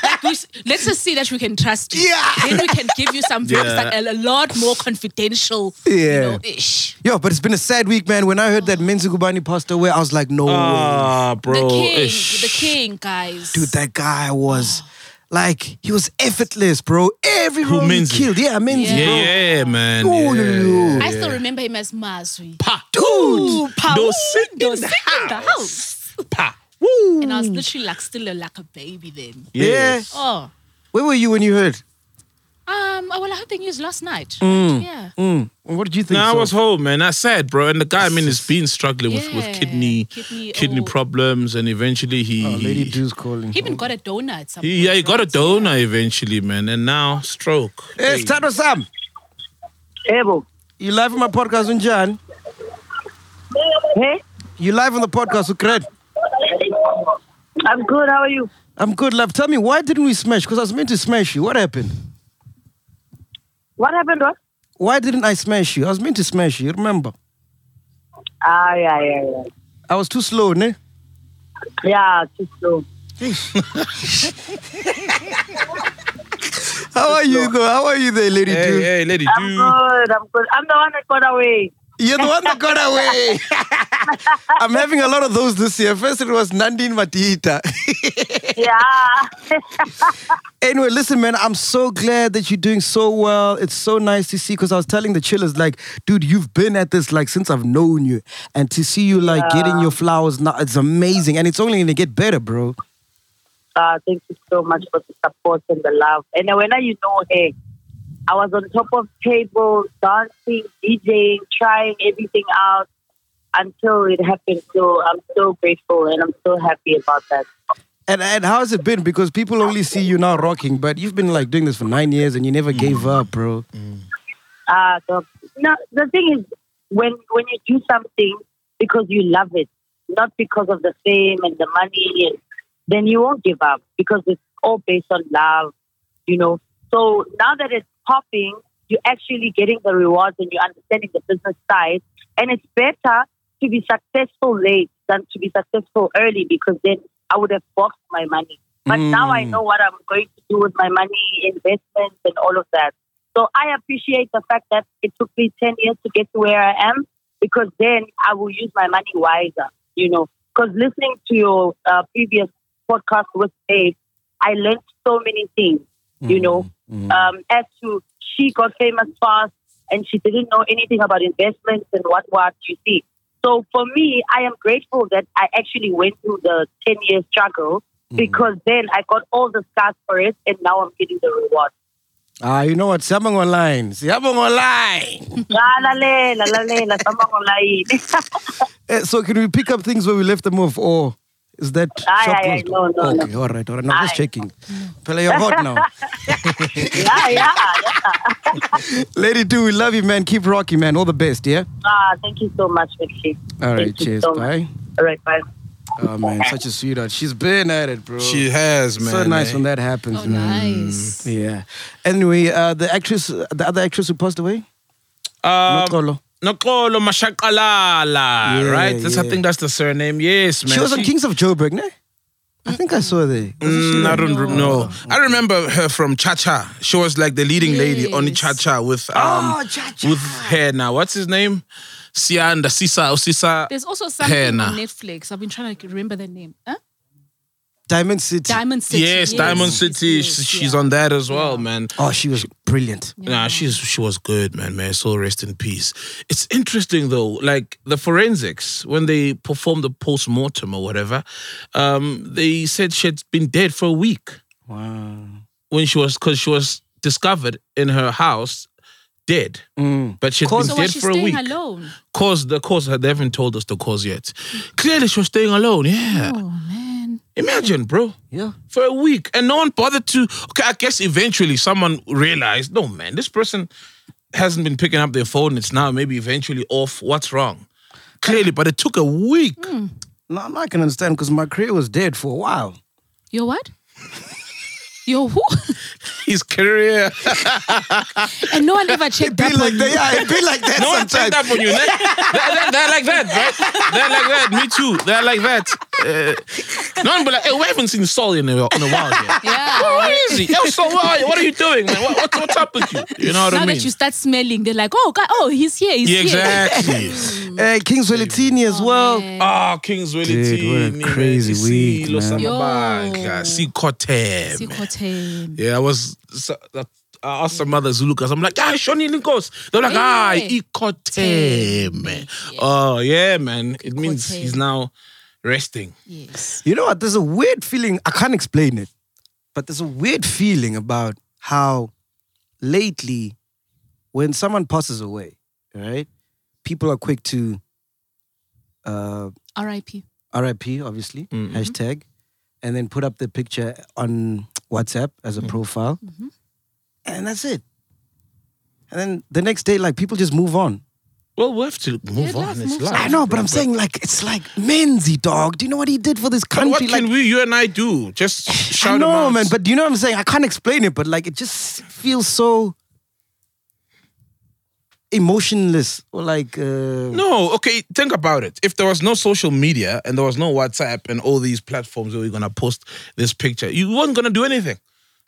Speaker 2: Like, we s- let's just see that we can trust you.
Speaker 1: Yeah.
Speaker 2: Then we can give you some
Speaker 3: Yeah.
Speaker 2: vibes that are a lot more confidential.
Speaker 1: Yeah.
Speaker 2: You know, ish.
Speaker 1: Yo, but it's been a sad week, man. When I heard that Menzi Gubani passed away, I was like, no way.
Speaker 3: Ah, bro.
Speaker 2: the king,
Speaker 3: ish.
Speaker 2: the king, guys.
Speaker 1: Dude, that guy was Like he was effortless, bro. Every
Speaker 3: Who,
Speaker 1: role he
Speaker 3: Menzi?
Speaker 1: killed. Yeah, Menzi,
Speaker 3: Yeah,
Speaker 2: Yeah.
Speaker 1: bro.
Speaker 3: yeah, man.
Speaker 1: Oh,
Speaker 3: yeah.
Speaker 1: yo, yo.
Speaker 2: I still remember him as Mazwi.
Speaker 3: Pa.
Speaker 2: Ooh, pa-
Speaker 3: Those
Speaker 2: ooh,
Speaker 3: sit in
Speaker 2: those
Speaker 3: the
Speaker 2: sit in the
Speaker 3: house. Pa.
Speaker 2: And I was literally like still a, like a baby then.
Speaker 3: Yes.
Speaker 2: Oh.
Speaker 1: Where were you when you heard?
Speaker 2: Um, oh, well, I heard the news last night. Yeah.
Speaker 1: Mm. What did you think?
Speaker 3: Nah, I
Speaker 1: so?
Speaker 3: was home, man. That's sad, bro. And the guy, I mean, has been struggling with, with
Speaker 2: Yeah,
Speaker 3: kidney
Speaker 2: kidney,
Speaker 3: kidney,
Speaker 2: oh.
Speaker 3: problems, and eventually he
Speaker 1: Oh, Lady
Speaker 3: he-
Speaker 1: Dew's calling.
Speaker 2: He even got a donor at some
Speaker 3: he- Mm. yeah he
Speaker 2: point,
Speaker 3: got a
Speaker 2: right?
Speaker 3: donor eventually, man, and now stroke.
Speaker 1: Hey, Tado Sam.
Speaker 6: Ebo.
Speaker 1: You live on my podcast, Unjan?
Speaker 6: Hey,
Speaker 1: You live on the podcast, Ukred?
Speaker 6: I'm good. How are you?
Speaker 1: I'm good, love. Tell me, why didn't we smash? Because I was meant to smash you. What happened?
Speaker 6: What happened? What?
Speaker 1: Why didn't I smash you? I was meant to smash you, remember?
Speaker 6: Ah, yeah, yeah, yeah.
Speaker 1: I was too slow, ne?
Speaker 6: Yeah, too slow.
Speaker 1: How are you, though? How are you there, Lady
Speaker 3: Hey,
Speaker 1: Dew?
Speaker 3: hey, lady,
Speaker 6: I'm
Speaker 3: dude.
Speaker 6: good. I'm good. I'm the one that got away.
Speaker 1: You're the one that got away. I'm having a lot of those this year. First, it was Nandine Matita.
Speaker 6: Yeah.
Speaker 1: Anyway, listen, man, I'm so glad that you're doing so well. It's so nice to see because I was telling the chillers, like, dude, you've been at this like since I've known you. And to see you like getting your flowers now, it's amazing. And it's only gonna get better, bro.
Speaker 6: Uh, thank you so much for the support and the love. And when I, you know, hey, I was on top of table, dancing, DJing, trying everything out until it happened. So I'm so grateful and I'm so happy about that.
Speaker 1: And and how's it been? Because people only see you now rocking, but you've been like doing this for nine years and you never gave up, bro.
Speaker 6: Uh, the, no, the thing is, when when you do something because you love it, not because of the fame and the money, and then you won't give up because it's all based on love, you know. So now that it's popping, you're actually getting the rewards and you're understanding the business side. And it's better to be successful late than to be successful early because then I would have boxed my money. But now I know what I'm going to do with my money, investments, and all of that. So I appreciate the fact that it took me 10 years to get to where I am because then I will use my money wiser, you know. Because listening to your uh, previous podcast with Dave, I learned so many things, you know,
Speaker 1: Mm.
Speaker 6: um, as to she got famous fast and she didn't know anything about investments and what, what, you see. So for me, I am grateful that I actually went through the 10 year struggle because then I got all the scars for it and now I'm getting the reward.
Speaker 1: Ah, you know what? Siabang online. Siabang online.
Speaker 6: Lalela, lalela, tama ko lain.
Speaker 1: Eh, so can we pick up things where we left them off or is that
Speaker 6: Aye,
Speaker 1: shop
Speaker 6: aye, aye.
Speaker 1: closed?
Speaker 6: No, no, no.
Speaker 1: Okay, all right, all right. Now just
Speaker 6: Aye.
Speaker 1: checking. Pele, you're hot now.
Speaker 6: Yeah, yeah, yeah.
Speaker 1: Lady Do, we love you, man. Keep rocking, man. All the best, yeah?
Speaker 6: Ah, thank you so much, Mixi.
Speaker 1: All right,
Speaker 6: Thank you
Speaker 1: cheers.
Speaker 6: so much.
Speaker 1: bye.
Speaker 6: All right, bye.
Speaker 1: Oh, man, such a sweetheart. She's been at it, bro.
Speaker 3: She has, man.
Speaker 1: so nice
Speaker 3: eh?
Speaker 1: when that happens,
Speaker 2: Oh,
Speaker 1: man.
Speaker 2: nice.
Speaker 3: Mm.
Speaker 1: Yeah. Anyway, uh, the actress, the other actress who passed away,
Speaker 3: Um,
Speaker 1: Nokolo.
Speaker 3: Nokolo Mashakalala,
Speaker 1: Yeah,
Speaker 3: right? That's, I
Speaker 1: yeah.
Speaker 3: think that's the surname. Yes, man.
Speaker 1: she was on Kings of Joburg, ne? I think I saw her there. Wasn't she
Speaker 3: Mm,
Speaker 1: there?
Speaker 3: I don't re- know. I remember her from Cha Cha. She was like the leading lady on the Cha
Speaker 2: Yes.
Speaker 3: Cha with um
Speaker 1: Oh, Cha Cha.
Speaker 3: with her now. What's his name? Sianda Sisa or Sisa.
Speaker 2: There's also something
Speaker 3: Hannah.
Speaker 2: on Netflix. I've been trying to remember the name. Huh?
Speaker 1: Diamond City.
Speaker 2: Diamond City.
Speaker 3: Yes, Diamond City. She- She's on that as well, man.
Speaker 1: oh, she was brilliant.
Speaker 3: Nah, she's she was good, man. May her soul rest in peace. It's interesting though, like the forensics when they performed the post mortem or whatever, um, they said she had been dead for a week.
Speaker 1: Wow.
Speaker 3: when she was because she was discovered in her house dead,
Speaker 1: Mm.
Speaker 3: but she had
Speaker 1: Cause-
Speaker 3: been
Speaker 2: So was
Speaker 3: dead
Speaker 2: she
Speaker 3: for a
Speaker 2: staying
Speaker 3: week.
Speaker 2: alone?
Speaker 3: Cause the cause they haven't told us the cause yet. Clearly, she was staying alone. Yeah,
Speaker 2: Oh man.
Speaker 3: imagine, bro.
Speaker 1: Yeah.
Speaker 3: For a week, and no one bothered to. Okay, I guess eventually someone realized, no, man, this person hasn't been picking up their phone. It's now maybe eventually off. What's wrong? Clearly, but it took a week.
Speaker 2: Mm.
Speaker 1: No, I'm not gonna understand because my career was dead for a while.
Speaker 2: Your what? Your who?
Speaker 3: His career.
Speaker 2: and no one ever checked up on you.
Speaker 1: Yeah, it be like that
Speaker 3: No one checked up on you. They're, they're- they're like that, right? They're like that. Me too. They're like that. No, but like, hey, we haven't seen Sol in a, in a while yet.
Speaker 2: Yeah.
Speaker 3: Where is he? Yo, Sol, where are you? What are you doing, man? What, what, what's up with you? You know what
Speaker 2: now
Speaker 3: I mean?
Speaker 2: that you start smelling, they're like, oh, God, oh, he's here, he's
Speaker 3: yeah,
Speaker 2: here.
Speaker 3: exactly.
Speaker 1: Hey, Uh, King's Velitini as well.
Speaker 2: Oh, man.
Speaker 3: Ah, Kings Willie
Speaker 1: Dude,
Speaker 3: T.
Speaker 1: what a crazy week,
Speaker 3: Los
Speaker 1: man.
Speaker 2: Yo.
Speaker 3: Amabaga, Si Corte, man.
Speaker 2: Sikotem.
Speaker 3: Yeah, I was. so- that- I asked some others who look us. I'm like, ah, Shoni Linkos. They're like, ah,
Speaker 2: Hey.
Speaker 3: Ikote, man. Oh, yeah, man. It means
Speaker 2: Ikote.
Speaker 3: he's now resting.
Speaker 2: Yes.
Speaker 1: You know what? There's a weird feeling. I can't explain it, but there's a weird feeling about how lately, when someone passes away, right, people are quick to uh,
Speaker 2: R.I.P.
Speaker 1: RIP, obviously,
Speaker 3: Mm-hmm.
Speaker 1: hashtag, and then put up the picture on WhatsApp as a
Speaker 3: Mm.
Speaker 1: profile. And that's it. And then the next day, like people just move on.
Speaker 3: Well, we have to move
Speaker 2: Yeah,
Speaker 3: on.
Speaker 2: life
Speaker 3: It's
Speaker 2: moves
Speaker 3: life.
Speaker 2: on.
Speaker 1: I know, but I'm saying like it's like Menzi dog. Do you know what he did for this
Speaker 3: But
Speaker 1: country?
Speaker 3: what
Speaker 1: Like,
Speaker 3: can we, you and I, do? Just shout
Speaker 1: I
Speaker 3: him
Speaker 1: know,
Speaker 3: out.
Speaker 1: man, but you know what I'm saying? I can't explain it, but like it just feels so emotionless or like uh
Speaker 3: No, okay, think about it. If there was no social media and there was no WhatsApp and all these platforms where we're gonna post this picture, you weren't gonna do anything.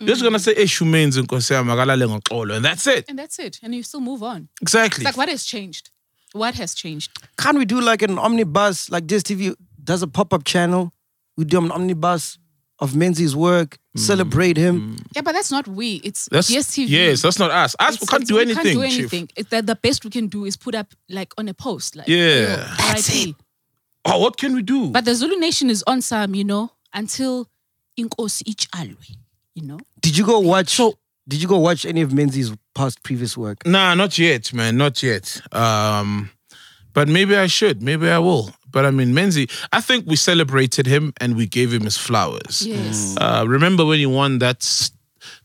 Speaker 3: You're just gonna say, hey, Shumenzi Nkosi yami, akalale ngoxolo," and that's it.
Speaker 2: And that's it. And you still move on.
Speaker 3: Exactly.
Speaker 2: It's like, what has changed? What has changed?
Speaker 1: can't we do like an omnibus like DSTV does a pop-up channel? We do an omnibus of Menzi's work,
Speaker 3: Mm-hmm.
Speaker 1: celebrate him.
Speaker 2: Yeah, but that's not we. It's
Speaker 3: That's,
Speaker 2: DSTV.
Speaker 3: Yes, that's not us. Us,
Speaker 2: It's-
Speaker 3: we can't
Speaker 2: it's-
Speaker 3: do anything.
Speaker 2: Can't do
Speaker 3: Chief.
Speaker 2: anything. It's that the best we can do is put up like on a post. Like,
Speaker 3: Yeah.
Speaker 2: yo, RIP.
Speaker 3: Oh, what can we do?
Speaker 2: But the Zulu nation is on some, you know, until inkosi each alwe, you know.
Speaker 1: Did you go watch did you go watch any of Menzi's past previous work?
Speaker 3: nah, not yet, man. Not yet. Um, but maybe I should. Maybe I will. But I mean, Menzi, I think we celebrated him and we gave him his flowers.
Speaker 2: Yes.
Speaker 3: Uh, remember when he won that? s-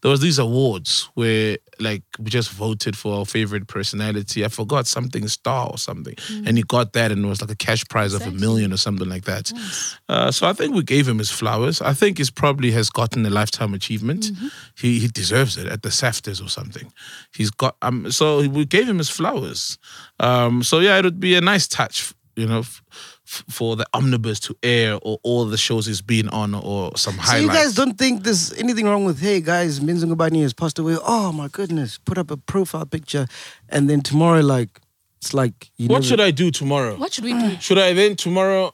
Speaker 3: There was these awards where, like, we just voted for our favorite personality. I forgot something star or something, and he got that, and it was like a cash prize of a
Speaker 2: Exactly.
Speaker 3: million or something like that. Uh, so I think we gave him his flowers. I think he's probably has gotten a lifetime achievement. He he deserves it at the Safters or something. He's got um. So we gave him his flowers. Um. So yeah, it would be a nice touch, you know. F- f- for the omnibus to air or all the shows he's been on or some
Speaker 1: So you
Speaker 3: highlights.
Speaker 1: guys don't think there's anything wrong with hey guys, Menzi Ngobani has passed away. Oh my goodness, put up a profile picture and then tomorrow like it's like you
Speaker 3: What
Speaker 1: never-
Speaker 3: should I do tomorrow?
Speaker 2: What should we do?
Speaker 3: Should I then tomorrow?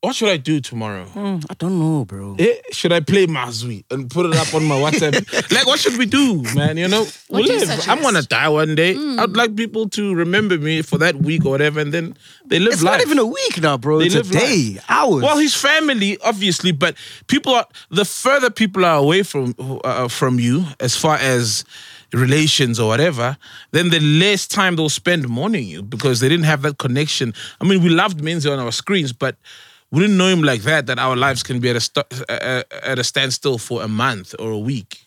Speaker 3: What should I do tomorrow?
Speaker 1: Mm, I don't know, bro.
Speaker 3: Eh, should I play Mazui and put it up on my WhatsApp? like, what should we do, man? You know, we
Speaker 2: What do you
Speaker 3: live. I'm
Speaker 2: suggest?
Speaker 3: gonna die one day.
Speaker 1: Mm.
Speaker 3: I'd like people to remember me for that week or whatever, and then they live
Speaker 1: It's
Speaker 3: life.
Speaker 1: not even a week now, bro.
Speaker 3: They
Speaker 1: it's a
Speaker 3: live life.
Speaker 1: day, hours.
Speaker 3: Well, his family, obviously, but people are the further people are away from uh, from you, as far as relations or whatever, then the less time they'll spend mourning you because they didn't have that connection. I mean, we loved Menzi on our screens, but we didn't know him like that. That our lives can be at a st- uh, at a standstill for a month or a week.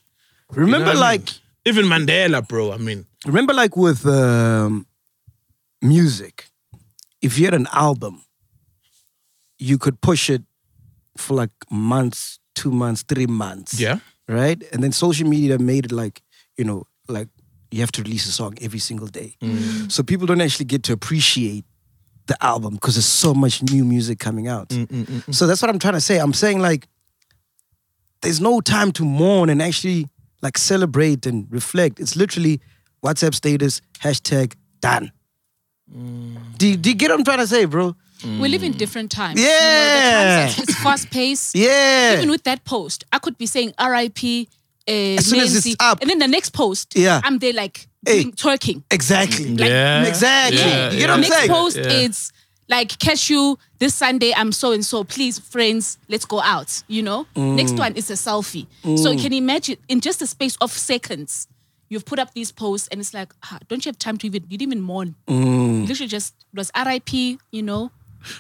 Speaker 3: You know
Speaker 1: remember,
Speaker 3: what I mean?
Speaker 1: like,
Speaker 3: even Mandela, bro. I mean,
Speaker 1: remember, like with um, music, if you had an album, you could push it for like months, two months, three months.
Speaker 3: Yeah.
Speaker 1: Right, and then social media made it like you know, like you have to release a song every single day, so people don't actually get to appreciate the album because there's so much new music coming out. So that's what I'm trying to say. I'm saying like there's no time to mourn and actually like celebrate and reflect. It's literally WhatsApp status, hashtag done. Do, do you get what I'm trying to say, bro?
Speaker 3: Mm.
Speaker 2: We live in different times. You know,
Speaker 1: Yeah.
Speaker 2: the times are- it's fast paced.
Speaker 1: Yeah.
Speaker 2: Even with that post, I could be saying RIP. Uh,
Speaker 1: As soon as it's up.
Speaker 2: And then the next post,
Speaker 1: Yeah.
Speaker 2: I'm there like
Speaker 1: Hey.
Speaker 2: doing, twerking.
Speaker 1: exactly.
Speaker 3: yeah,
Speaker 1: Exactly.
Speaker 3: Yeah,
Speaker 1: you get what I'm
Speaker 2: next
Speaker 1: saying?
Speaker 2: post
Speaker 3: Yeah.
Speaker 2: is like catch you this Sunday. I'm so and so. Please, friends, let's go out. You know.
Speaker 1: Mm.
Speaker 2: Next one is a selfie. So you can imagine in just a space of seconds, you've put up these posts, and it's like, ah, don't you have time to even? You didn't even mourn.
Speaker 1: Mm.
Speaker 2: You Literally, just it was R.I.P. You know.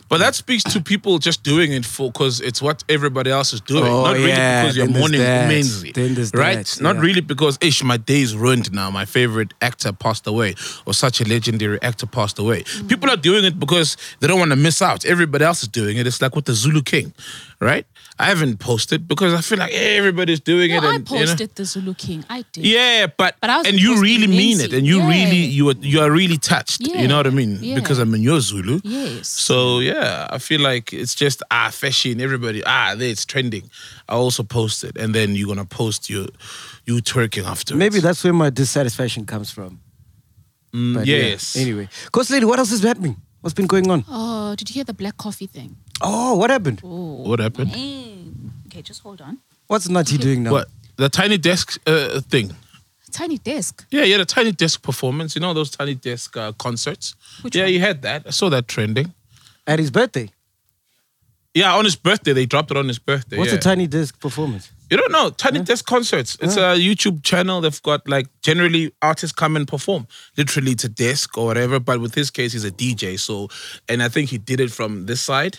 Speaker 3: But that speaks to people just doing it for because it's what everybody else is doing.
Speaker 1: Oh,
Speaker 3: not really
Speaker 1: yeah,
Speaker 3: because you're
Speaker 1: then there's
Speaker 3: mourning
Speaker 1: that.
Speaker 3: mainly.
Speaker 1: Then there's
Speaker 3: right?
Speaker 1: that,
Speaker 3: Not
Speaker 1: yeah.
Speaker 3: really because ish, my day is ruined now. My favorite actor passed away, or such a legendary actor passed
Speaker 2: Mm.
Speaker 3: away. People are doing it because they don't want to miss out. Everybody else is doing it. It's like with the Zulu King. right? I haven't posted because I feel like everybody's doing it.
Speaker 2: No, I
Speaker 3: and, you know.
Speaker 2: posted the Zulu King. I did.
Speaker 3: Yeah, but,
Speaker 2: But I was
Speaker 3: and you
Speaker 2: supposed to
Speaker 3: really
Speaker 2: be
Speaker 3: mean it,
Speaker 2: lazy.
Speaker 3: and you
Speaker 2: Yeah.
Speaker 3: really you are you are really touched. You know what I
Speaker 2: Yeah,
Speaker 3: mean?
Speaker 2: yeah.
Speaker 3: Because I'm in your Zulu.
Speaker 2: Yes.
Speaker 3: So yeah, I feel like it's just ah fashion. Everybody ah, there it's trending. I also post it, and then you're gonna post your you twerking after.
Speaker 1: Maybe that's where my dissatisfaction comes from. But yeah,
Speaker 3: yes.
Speaker 1: anyway, Coach Lady, what else is happening? What's been going on?
Speaker 2: Oh, did you hear the black coffee thing?
Speaker 1: Oh, what happened?
Speaker 2: Oh.
Speaker 3: What happened?
Speaker 2: man. Okay, just hold on.
Speaker 1: What's Nutty doing now?
Speaker 3: What the tiny desk uh, thing?
Speaker 2: Tiny desk.
Speaker 3: Yeah, yeah, the tiny desk performance. You know those tiny desk uh, concerts.
Speaker 2: Which
Speaker 3: yeah,
Speaker 2: one?
Speaker 3: you had that. I saw that trending.
Speaker 1: At his birthday?
Speaker 3: Yeah, on his birthday they dropped it on his birthday.
Speaker 1: What's
Speaker 3: yeah.
Speaker 1: a tiny disc performance?
Speaker 3: You don't know Tiny Desk concerts. It's a YouTube channel. They've got like generally artists come and perform. Literally, it's a desk or whatever. But with his case, he's a DJ. So, and I think he did it from this side.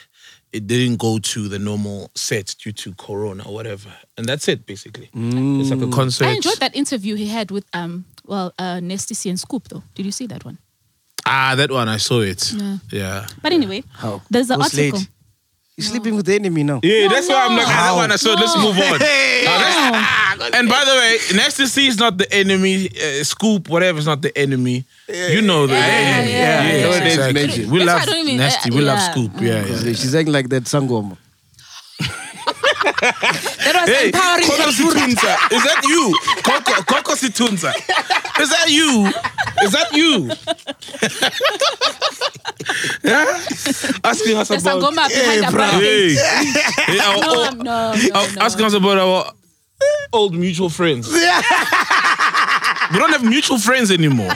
Speaker 3: It didn't go to the normal set due to Corona or whatever. And that's it basically. It's like a concert.
Speaker 2: I enjoyed that interview he had with um well uh Nasty C and Scoop though. Did you see that one?
Speaker 3: Ah, that one I saw it.
Speaker 2: Yeah.
Speaker 3: Yeah. Yeah,
Speaker 2: But anyway,
Speaker 1: How?
Speaker 2: there's an
Speaker 1: What's
Speaker 2: article.
Speaker 1: late? You're sleeping with the enemy now.
Speaker 3: that's why I'm like ah, that one I saw. it. Let's move on. Ah, that's- ah, and by the way, next to see is not the enemy. Uh, Scoop, whatever, is not the enemy. You know the enemy.
Speaker 2: yeah, yeah.
Speaker 1: Don't even
Speaker 3: exactly.
Speaker 1: mention.
Speaker 3: We
Speaker 2: That's why I
Speaker 3: love
Speaker 2: don't even-
Speaker 3: nasty.
Speaker 2: uh,
Speaker 3: we love
Speaker 2: yeah.
Speaker 3: scoop. Yeah, yeah.
Speaker 1: She's acting like that Sangoma.
Speaker 2: That was empowering.
Speaker 3: Koko Situnza. Is that you? Koko, Koko Situnza. Is that you? Is that you? yeah? Asking us
Speaker 2: There's
Speaker 3: about.
Speaker 2: Sangoma behind the black
Speaker 3: Hey. Oh, Hey, our
Speaker 2: No,
Speaker 3: old-
Speaker 2: I'm- no, no,
Speaker 3: our-
Speaker 2: no.
Speaker 3: Asking us about our old mutual friends. we don't have mutual friends anymore.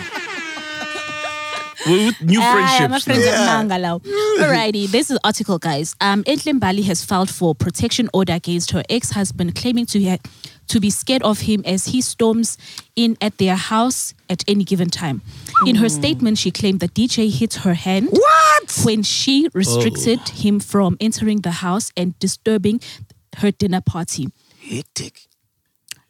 Speaker 3: We're with new
Speaker 2: Ah,
Speaker 3: friendships.
Speaker 2: my
Speaker 3: now.
Speaker 2: friends at Mangalau. Alrighty, this is article, guys. Um, Edlin Bali has filed for protection order against her ex-husband, claiming to ha- to be scared of him as he storms in at their house at any given time. In her
Speaker 3: Hmm.
Speaker 2: statement, she claimed the DJ hit her hand when she restricted
Speaker 3: Oh.
Speaker 2: him from entering the house and disturbing her dinner party.
Speaker 1: Hectic.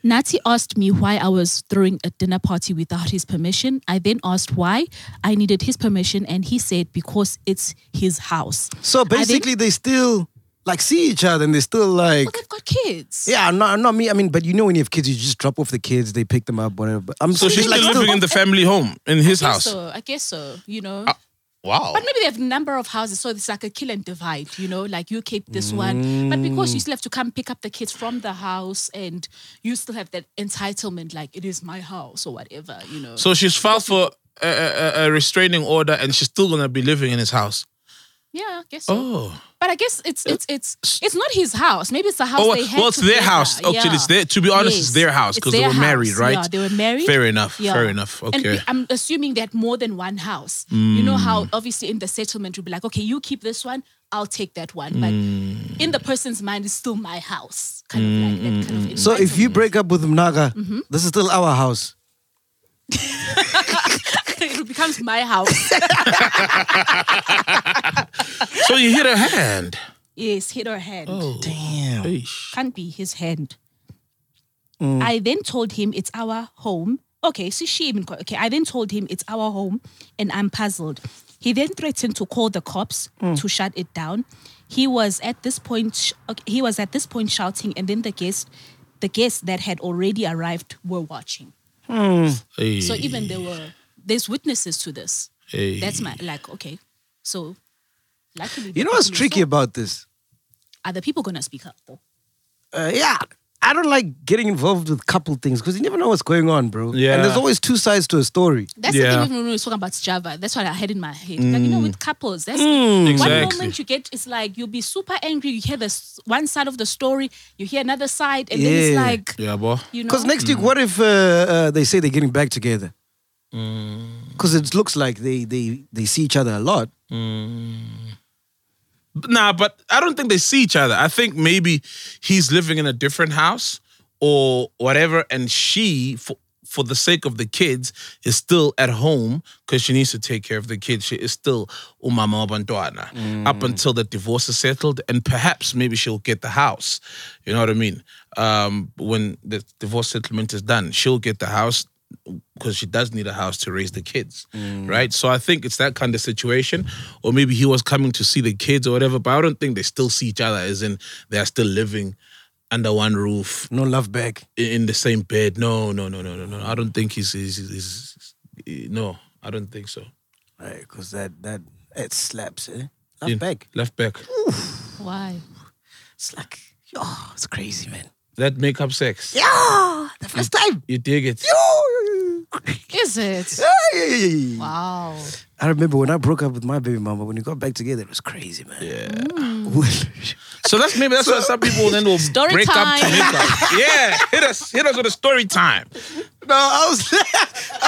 Speaker 2: Nati asked me why I was throwing a dinner party without his permission. I then asked why I needed his permission, and he said because it's his house.
Speaker 1: So basically, they still like see each other and they still like.
Speaker 2: But Oh, they've got kids.
Speaker 1: Yeah, not not me. I mean, but you know, when you have kids, you just drop off the kids. They pick them up, whatever. But I'm
Speaker 3: So she's
Speaker 1: like,
Speaker 3: still living in the family home, in his
Speaker 2: I guess
Speaker 3: house.
Speaker 2: so. I guess so. You know.
Speaker 3: Wow.
Speaker 2: but maybe they have number of houses, so it's like a kill and divide, you know, like you keep this one. But because you still have to come pick up the kids from the house and you still have that entitlement, like it is my house or whatever, you know.
Speaker 3: So she's filed for a, a, a- a restraining order, and she's still gonna be living in his house.
Speaker 2: yeah, I guess so.
Speaker 3: Oh,
Speaker 2: But I guess it's it's it's it's not his house. Maybe it's the house
Speaker 3: oh,
Speaker 2: they
Speaker 3: well,
Speaker 2: had
Speaker 3: well, it's their
Speaker 2: together.
Speaker 3: house. Actually,
Speaker 2: Yeah.
Speaker 3: it's their. To be honest,
Speaker 2: Yes.
Speaker 3: it's their house
Speaker 2: It's
Speaker 3: because they
Speaker 2: their
Speaker 3: were married,
Speaker 2: house.
Speaker 3: right?
Speaker 2: Yeah, they were married.
Speaker 3: Fair enough.
Speaker 2: Yeah.
Speaker 3: Fair enough.
Speaker 2: And
Speaker 3: Okay.
Speaker 2: we- I'm assuming they had more than one house. You know how
Speaker 3: Mm.
Speaker 2: obviously in the settlement you'll be like, okay, you keep this one, I'll take that one. But
Speaker 3: Mm.
Speaker 2: in the person's mind, it's still my house. Kind of like that
Speaker 3: mm,
Speaker 2: kind of
Speaker 1: So if you break up with Mnaga, this is still our house.
Speaker 2: entitlement. it becomes my house.
Speaker 3: so you hit her hand.
Speaker 2: yes, hit her hand.
Speaker 1: Damn.
Speaker 3: Eesh.
Speaker 2: can't be his hand. I then told him it's our home. Okay, so she even got, okay. I then told him it's our home, and I'm puzzled. He then threatened to call the cops
Speaker 1: Mm.
Speaker 2: to shut it down. He was at this point. Sh- okay, he was at this point shouting, and then the guests, the guests that had already arrived were watching.
Speaker 1: Hmm.
Speaker 3: Hey,
Speaker 2: So even there were there's witnesses to this.
Speaker 3: hey.
Speaker 2: That's my like okay. So luckily,
Speaker 1: You know what's tricky about this?
Speaker 2: Are the people gonna speak up though?
Speaker 1: Uh, yeah. I don't like getting involved with couple things because you never know what's going on, bro.
Speaker 3: Yeah.
Speaker 1: And there's always two sides to a story.
Speaker 2: That's
Speaker 3: Yeah. Mm.
Speaker 2: the thing even when we were talking about Java. That's what I had in my head. Like, you know, with couples, that's one
Speaker 3: Exactly.
Speaker 2: moment you get it's like you'll be super angry, you hear this one side of the story, you hear another side, and then it's
Speaker 1: Yeah.
Speaker 2: like
Speaker 3: Yeah, boy.
Speaker 2: you know
Speaker 1: Because next week, what if uh, uh, they say they're getting back together? Because it looks like they, they, they see each other a lot.
Speaker 3: Nah, but I don't think they see each other. I think maybe he's living in a different house or whatever, and she, for, for the sake of the kids, is still at home because she needs to take care of the kids. She is still umama bantwana up until the divorce is settled, and perhaps maybe she'll get the house. You know what I mean? Um, when the divorce settlement is done, she'll get the house. because she does need a house to raise the kids, right? So I think it's that kind of situation, or maybe he was coming to see the kids or whatever. But I don't think they still see each other, as in they are still living under one roof
Speaker 1: No love back.
Speaker 3: i- in the same bed. No, no, no, no, no, no. I don't think he's, he's, he's, he's no. I don't think so.
Speaker 1: Right, because that that it slaps, eh? Love
Speaker 3: In-
Speaker 1: back.
Speaker 3: Left back.
Speaker 2: Why?
Speaker 1: It's like, oh, it's crazy, man. Mm.
Speaker 3: That make up sex.
Speaker 1: Yeah, the first time.
Speaker 3: You dig it?
Speaker 2: Is it?
Speaker 1: Hey!
Speaker 2: Wow.
Speaker 1: I remember when I broke up with my baby mama, when we got back together, it was crazy, man. Yeah.
Speaker 3: So that's maybe that's why some people then will
Speaker 2: Story
Speaker 3: break
Speaker 2: time.
Speaker 3: up to make up. Yeah, hit us, hit us with a story time.
Speaker 1: No, I was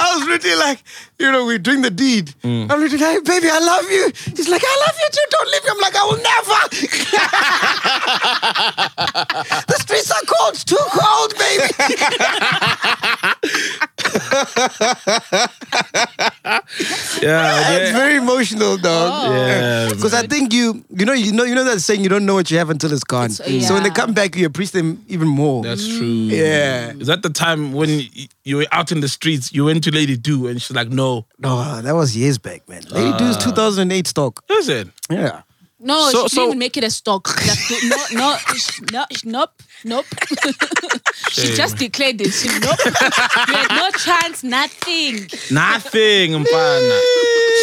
Speaker 1: I was really like, you know, we're doing the deed. I'm really like, baby, I love you. He's like, I love you too. Don't leave me. I'm like, I will never. the streets are cold. It's too cold, baby.
Speaker 3: Yeah,
Speaker 1: it's very emotional, dog.
Speaker 3: yeah.
Speaker 1: Because I think you, you know, you know, you know that saying, you don't know what you have until it's gone.
Speaker 2: It's- Mm.
Speaker 1: So when they
Speaker 2: yeah.
Speaker 1: come back, you appreciate them even more.
Speaker 3: That's true.
Speaker 1: Yeah.
Speaker 3: Is that the time when y- you were out in the streets, you went to Lady Do, and she's like, no.
Speaker 1: No, uh, that was years back, man. Lady Do's 2008 stock.
Speaker 3: Is it?
Speaker 1: Uh, Yeah.
Speaker 2: No,
Speaker 3: So-
Speaker 2: she
Speaker 3: so-
Speaker 2: didn't even make it a stock. Like, no, no, sh- no, sh- nope, nope. she
Speaker 3: Shame.
Speaker 2: just declared it. She, nope. you had no chance, nothing.
Speaker 3: Nothing, Mpana.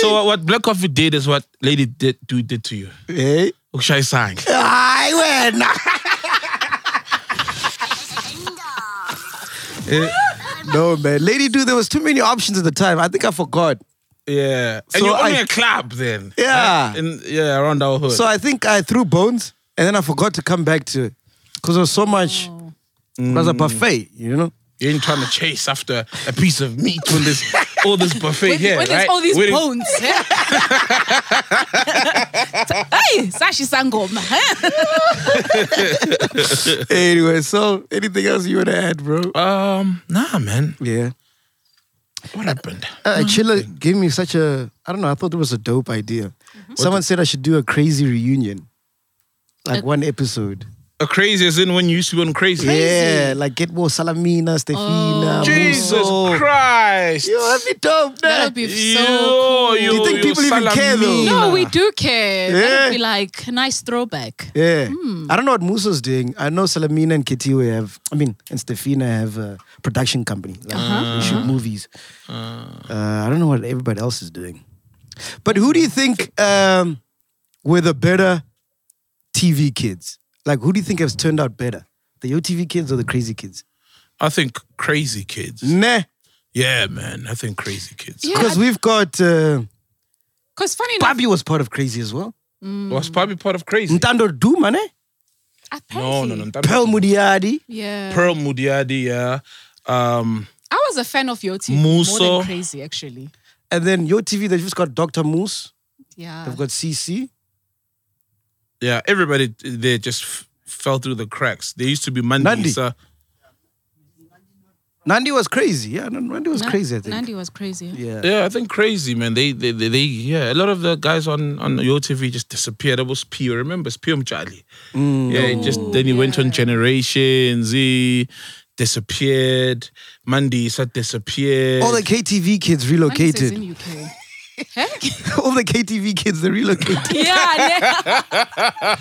Speaker 3: So what, what Black Coffee did is what Lady did, Do did to you.
Speaker 1: Hey.
Speaker 3: Ukshai sang.
Speaker 1: I win.
Speaker 3: Eh,
Speaker 1: No, man. Lady Do, there was too many options at the time. I think I forgot.
Speaker 3: yeah. And
Speaker 1: So
Speaker 3: you're only
Speaker 1: I-
Speaker 3: a club then.
Speaker 1: Yeah.
Speaker 3: Right? In, yeah, around our hood.
Speaker 1: So I think I threw bones and then I forgot to come back to it. Because there was so much. It was a buffet, you know?
Speaker 3: You ain't trying to chase after a piece of meat when there's all this buffet
Speaker 2: With,
Speaker 3: here,
Speaker 2: with this-
Speaker 3: right?
Speaker 2: all these
Speaker 3: Waiting-
Speaker 2: bones. eh? hey, Sashi Sangoma. eh?
Speaker 1: anyway, so anything else you want to add, bro?
Speaker 3: Um, nah, man.
Speaker 1: Yeah.
Speaker 3: What happened?
Speaker 1: Uh,
Speaker 2: Mm-hmm.
Speaker 1: Chilla gave me such a, I don't know, I thought it was a dope idea.
Speaker 2: Mm-hmm.
Speaker 1: Someone said I should do a crazy reunion, like one episode.
Speaker 3: A crazy as in when you used to be on crazy.
Speaker 1: Yeah, like get more Salamina,
Speaker 2: Oh.
Speaker 1: Stefina,
Speaker 3: Jesus
Speaker 1: Musso.
Speaker 3: Christ.
Speaker 1: Yo, that'd be dope,
Speaker 2: That'll
Speaker 1: man.
Speaker 2: be so cool.
Speaker 3: Yo, yo,
Speaker 1: You think
Speaker 3: yo,
Speaker 1: people even care, though?
Speaker 3: Salamina.
Speaker 2: No, we do care.
Speaker 1: Yeah.
Speaker 2: That'll be like a nice throwback.
Speaker 1: Yeah. I don't know what Muso's doing. I know Salamina and Kitiwe have, I mean, and Stefina have a production company. Like, they shoot movies. Uh, I don't know what everybody else is doing. But who do you think um, were the better TV kids? Like, who do you think has turned out better? The OTV kids or the crazy kids?
Speaker 3: I think crazy kids.
Speaker 1: Nah.
Speaker 3: Yeah, man. I think crazy kids.
Speaker 2: Yeah,
Speaker 1: Because we've got, uh,
Speaker 2: because funny enough,
Speaker 1: Bobby was part of crazy as well.
Speaker 3: Was probably part of crazy.
Speaker 1: Ntando Duma, ne?
Speaker 3: No,
Speaker 2: apparently,
Speaker 3: no, no.
Speaker 1: Pearl Mudiadi.
Speaker 2: Yeah,
Speaker 3: Pearl Mudiadi, yeah. Um,
Speaker 2: I was a fan of your team more
Speaker 3: Muso.
Speaker 2: than crazy, actually.
Speaker 1: And then Yo TV, they've just got Dr. Moose.
Speaker 2: Yeah,
Speaker 1: They've got CC.
Speaker 3: yeah, everybody there just f- fell through the cracks. There used to be Monday.
Speaker 1: Nandi.
Speaker 3: so-
Speaker 1: Nandi was crazy. Yeah, N- Nandi was
Speaker 2: Na-
Speaker 1: crazy, I think.
Speaker 2: Nandi was crazy.
Speaker 1: Yeah.
Speaker 3: Yeah, I think crazy, man. They, they, they, they yeah. A lot of the guys on on your TV just disappeared. That was P. Remember, it's P. Charlie. Yeah, he just then he went on Generation Z, disappeared. Mandisa disappeared.
Speaker 1: All the KTV kids
Speaker 2: Nandi says
Speaker 1: relocated.
Speaker 2: in UK. Heck?
Speaker 1: All the KTV kids, they relocated.
Speaker 2: yeah, yeah.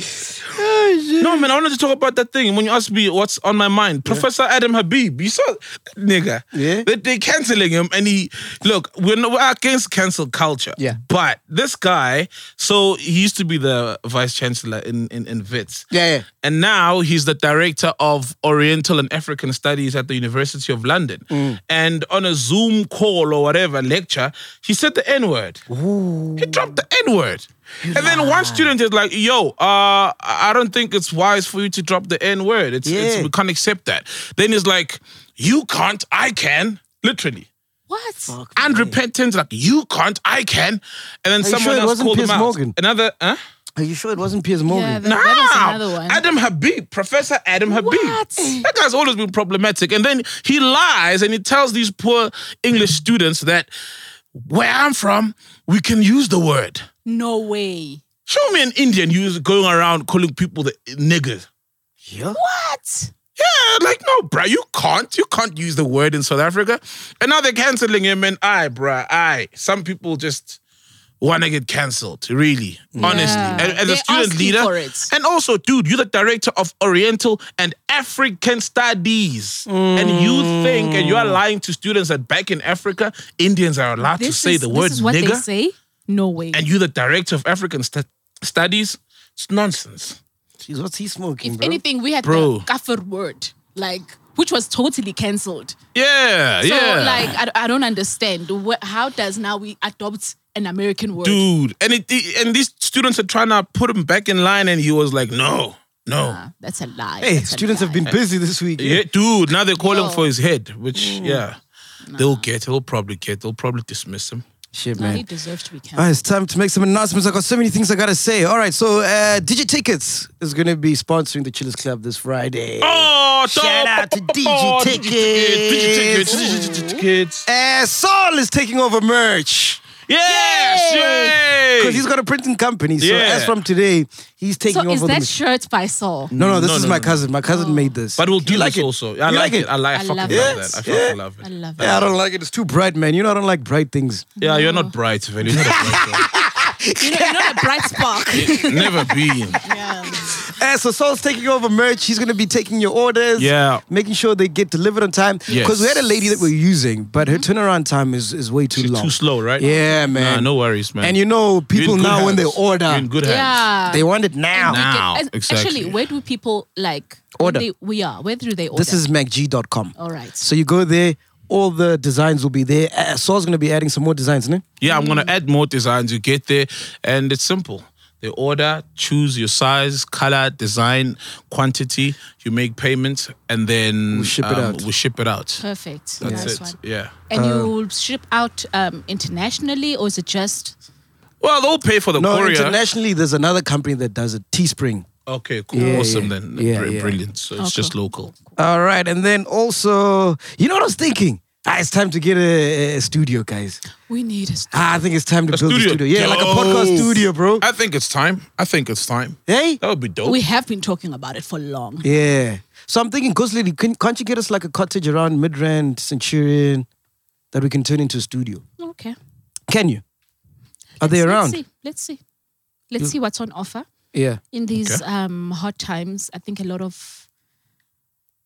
Speaker 3: no, man. I wanted to talk about that thing when you asked me what's on my mind. Professor Adam Habib, you saw that nigga.
Speaker 1: Yeah.
Speaker 3: They, they canceling him, and he look. We're, not, we're against cancel culture.
Speaker 1: Yeah.
Speaker 3: But this guy, so he used to be the vice chancellor in in, in Vits.
Speaker 1: Yeah, yeah.
Speaker 3: And now he's the director of Oriental and African Studies at the University of London.
Speaker 1: Mm.
Speaker 3: And on a Zoom call or whatever lecture, he said the N word. He dropped the N word. And then one student is like, yo, uh, I I don't think it's wise for you to drop the N word. It's,
Speaker 1: Yeah.
Speaker 3: it's, we can't accept that. Then he's like, you can't, I can. Literally.
Speaker 2: What?
Speaker 3: Unrepentant, like, you can't, I can. And then
Speaker 1: you
Speaker 3: someone
Speaker 1: sure it
Speaker 3: else
Speaker 1: wasn't
Speaker 3: called him
Speaker 1: Piers
Speaker 3: out.
Speaker 1: Morgan?
Speaker 3: Another, huh?
Speaker 1: Are you sure it wasn't Piers
Speaker 2: Yeah,
Speaker 1: Morgan?
Speaker 2: that, that was another one.
Speaker 3: Adam Habib, Professor Adam Habib.
Speaker 2: What?
Speaker 3: That guy's always been problematic. And then he lies and he tells these poor English students that where I'm from, we can use the word.
Speaker 2: no way.
Speaker 3: Show me an Indian who's going around calling people the nigger.
Speaker 1: Yeah.
Speaker 2: What?
Speaker 3: Yeah, like no, bruh, you can't. You can't use the word in South Africa. And now they're canceling him and I, bruh, I. Some people just wanna get cancelled, really. Honestly.
Speaker 2: Yeah.
Speaker 3: And as
Speaker 2: They're
Speaker 3: a student
Speaker 2: asking
Speaker 3: leader.
Speaker 2: for it.
Speaker 3: And also, dude, you're the director of Oriental and African Studies. And you think and you
Speaker 2: Mm.
Speaker 3: are lying to students that back in Africa, Indians are allowed to say the word
Speaker 2: this is what
Speaker 3: nigger
Speaker 2: they say. No way.
Speaker 3: and you're the director of African stu- studies, it's nonsense.
Speaker 1: Jeez, what's he smoking,
Speaker 2: if
Speaker 1: bro?
Speaker 2: anything, we had
Speaker 3: Bro.
Speaker 2: the kafir word, like which was totally cancelled.
Speaker 3: Yeah,
Speaker 2: So
Speaker 3: yeah.
Speaker 2: like I, I don't understand. Wh- how does now we adopt an American word?
Speaker 3: dude, and it, it- and these students are trying to put him back in line, and he was like, no, no.
Speaker 2: Nah, that's a lie.
Speaker 1: hey,
Speaker 2: That's a
Speaker 1: students have
Speaker 2: lie.
Speaker 1: been busy this week.
Speaker 3: Yeah, dude. Now they're calling
Speaker 2: Yo.
Speaker 3: for his head, which yeah, they'll get. They'll probably get. They'll probably dismiss him.
Speaker 1: Shit,
Speaker 2: No,
Speaker 1: man.
Speaker 2: he deserves to be cancelled.
Speaker 1: All right, it's time to make some announcements. I got so many things I gotta say. All right, so uh, Digi Tickets is gonna be sponsoring the Chillers Club this Friday.
Speaker 3: Oh,
Speaker 1: Shout out to DG Tickets.
Speaker 3: Tickets, DG Tickets, DG Tickets.
Speaker 1: Uh, Saul is taking over merch
Speaker 3: Yes, yay!
Speaker 1: because he's got a printing company. So
Speaker 3: Yeah.
Speaker 1: as from today, he's taking
Speaker 2: So
Speaker 1: over
Speaker 2: is
Speaker 1: the.
Speaker 2: that Oh.
Speaker 1: ma-
Speaker 2: shirt by Saul?
Speaker 1: no, no, this
Speaker 3: No,
Speaker 1: is
Speaker 3: no,
Speaker 1: my
Speaker 3: no.
Speaker 1: cousin. My cousin made this.
Speaker 3: But we'll
Speaker 1: You
Speaker 3: do
Speaker 1: like
Speaker 3: like
Speaker 1: it?
Speaker 3: it also. I
Speaker 1: You
Speaker 3: like it. I like. I
Speaker 2: I
Speaker 3: fucking love
Speaker 2: love
Speaker 1: it.
Speaker 3: that. I
Speaker 1: Yeah.
Speaker 3: fucking love it.
Speaker 2: I love
Speaker 1: Yeah, I
Speaker 2: it.
Speaker 1: don't like it. It's too bright, man. You know, I don't like bright things.
Speaker 3: Yeah, you're not bright, Veli. You're not a bright girl.
Speaker 2: You know, you're not a bright spark.
Speaker 3: Never been.
Speaker 2: yeah.
Speaker 1: Uh, so Saul's taking over merch. He's going to be taking your orders.
Speaker 3: Yeah.
Speaker 1: Making sure they get delivered on time. Because
Speaker 3: Yes.
Speaker 1: we had a lady that we're using, but her
Speaker 2: Mm-hmm.
Speaker 1: turnaround time is, is way too long.
Speaker 3: Too slow, right?
Speaker 1: Yeah, man.
Speaker 3: Nah, no worries, man.
Speaker 1: And you know,
Speaker 3: You're in
Speaker 1: people
Speaker 3: good
Speaker 1: now when they
Speaker 3: hands. You're
Speaker 1: order,
Speaker 3: in good hands.
Speaker 2: Yeah.
Speaker 1: they want it now.
Speaker 2: Uh, And we
Speaker 3: Now,
Speaker 2: can- as-
Speaker 3: exactly.
Speaker 2: Actually, where do people like when
Speaker 1: Order.
Speaker 2: They, we are. Where do they order?
Speaker 1: This is MacG.com.
Speaker 2: all right.
Speaker 1: So you go there, all the designs will be there. Uh, Saul's going to be adding some more designs, no?
Speaker 3: Yeah, I'm gonna add more designs. You get there, and it's simple. They order, choose your size, color, design, quantity. You make payments, and then um,
Speaker 1: We ship it out.
Speaker 3: We ship it out.
Speaker 2: Perfect.
Speaker 3: That's
Speaker 2: nice
Speaker 3: it.
Speaker 2: one.
Speaker 3: Yeah.
Speaker 1: Uh,
Speaker 2: And you will ship out um, internationally, or is it just
Speaker 3: Well, they'll pay for the
Speaker 1: No,
Speaker 3: courier.
Speaker 1: internationally, there's another company that does it, Teespring.
Speaker 3: okay, cool,
Speaker 1: Yeah,
Speaker 3: awesome.
Speaker 1: yeah.
Speaker 3: Then,
Speaker 1: Yeah,
Speaker 3: Br-
Speaker 1: yeah.
Speaker 3: brilliant. So it's
Speaker 2: Okay.
Speaker 3: just local.
Speaker 1: All right. And then also, you know what I was thinking? Ah, it's time to get a, a studio, guys.
Speaker 2: we need a
Speaker 1: Ah, I think it's time to build a
Speaker 3: studio.
Speaker 1: studio. Yeah, like a podcast
Speaker 3: Dope.
Speaker 1: studio, bro.
Speaker 3: I think it's time. I think it's time.
Speaker 1: hey?
Speaker 3: That would be dope.
Speaker 2: We have been talking about it for long.
Speaker 1: Yeah. So I'm thinking, Ghost Lady, can, can't you get us like a cottage around Midrand, Centurion, that we can turn into a studio?
Speaker 2: Okay.
Speaker 1: Can you? Are they
Speaker 2: Let's-
Speaker 1: around?
Speaker 2: Let's see. Let's see. Let's see what's on offer
Speaker 1: Yeah.
Speaker 2: in these
Speaker 3: Okay.
Speaker 2: um, hot times. I think a lot of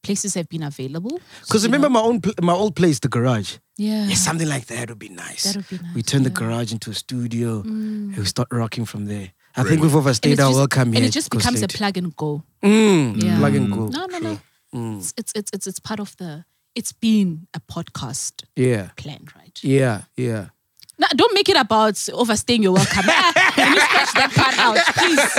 Speaker 2: places have been available.
Speaker 1: Because
Speaker 2: So, you
Speaker 1: remember
Speaker 2: know,
Speaker 1: my own pl- my old place, the garage.
Speaker 2: yeah,
Speaker 1: Yeah, something like that would be nice.
Speaker 2: That would be
Speaker 1: We
Speaker 2: nice,
Speaker 1: turn the
Speaker 2: yeah. Mm.
Speaker 1: garage into a studio and we start rocking from there. I think
Speaker 3: Brilliant.
Speaker 1: we've
Speaker 2: And
Speaker 1: overstayed
Speaker 2: it's
Speaker 1: our
Speaker 2: just-
Speaker 1: welcome here.
Speaker 2: And it just
Speaker 1: Ghost
Speaker 2: becomes a
Speaker 1: Lady.
Speaker 2: plug and go.
Speaker 1: Mm,
Speaker 2: Yeah.
Speaker 1: Plug and go. Mm.
Speaker 2: No, no, no. It's, it's it's it's it's part of the. It's been a podcast
Speaker 1: Yeah.
Speaker 2: plan, right?
Speaker 1: Yeah. Yeah.
Speaker 2: No, don't make it about overstaying your welcome. Ah, Can you scratch that part out, please?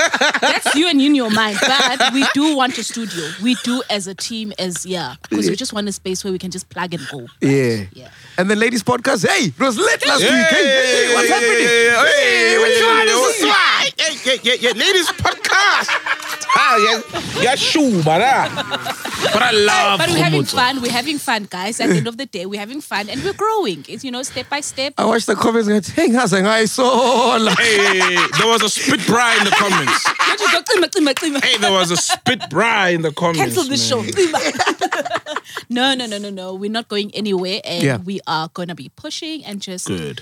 Speaker 2: That's you and you in your mind. But we do want a studio. We do as a team, as yeah, because we just want a space where we can just plug and go.
Speaker 1: Yeah.
Speaker 2: Yeah.
Speaker 1: And the ladies podcast, hey, it was lit last
Speaker 3: Yeah,
Speaker 1: week. Hey,
Speaker 3: yeah,
Speaker 1: hey,
Speaker 3: yeah,
Speaker 1: what's
Speaker 3: yeah,
Speaker 1: happening?
Speaker 3: yeah, yeah, yeah.
Speaker 1: Hey,
Speaker 3: Hey,
Speaker 1: what's
Speaker 3: yeah,
Speaker 1: going
Speaker 3: yeah,
Speaker 1: on? This is
Speaker 3: yeah.
Speaker 1: swag.
Speaker 3: yeah, yeah, yeah, ladies podcast. Ah, yeah, yeah, sure, but ah. But
Speaker 1: Ah,
Speaker 3: I love
Speaker 2: But we're having
Speaker 3: Khumbudzo.
Speaker 2: fun. We're having fun, guys. At the end of the day, we're having fun and we're growing. It's you know step by step.
Speaker 1: I watched the comments and hey, guys, and I saw like,
Speaker 3: Hey, there was a spit bra in the comments.
Speaker 2: Don't you go, "Cima, cima, cima."
Speaker 3: Hey, there was a spit bra in the comments.
Speaker 2: Cancel this show.
Speaker 3: man.
Speaker 2: Cima. no, no, no, no, no. We're not going anywhere, and
Speaker 1: Yeah.
Speaker 2: we are gonna be pushing and just
Speaker 3: Good.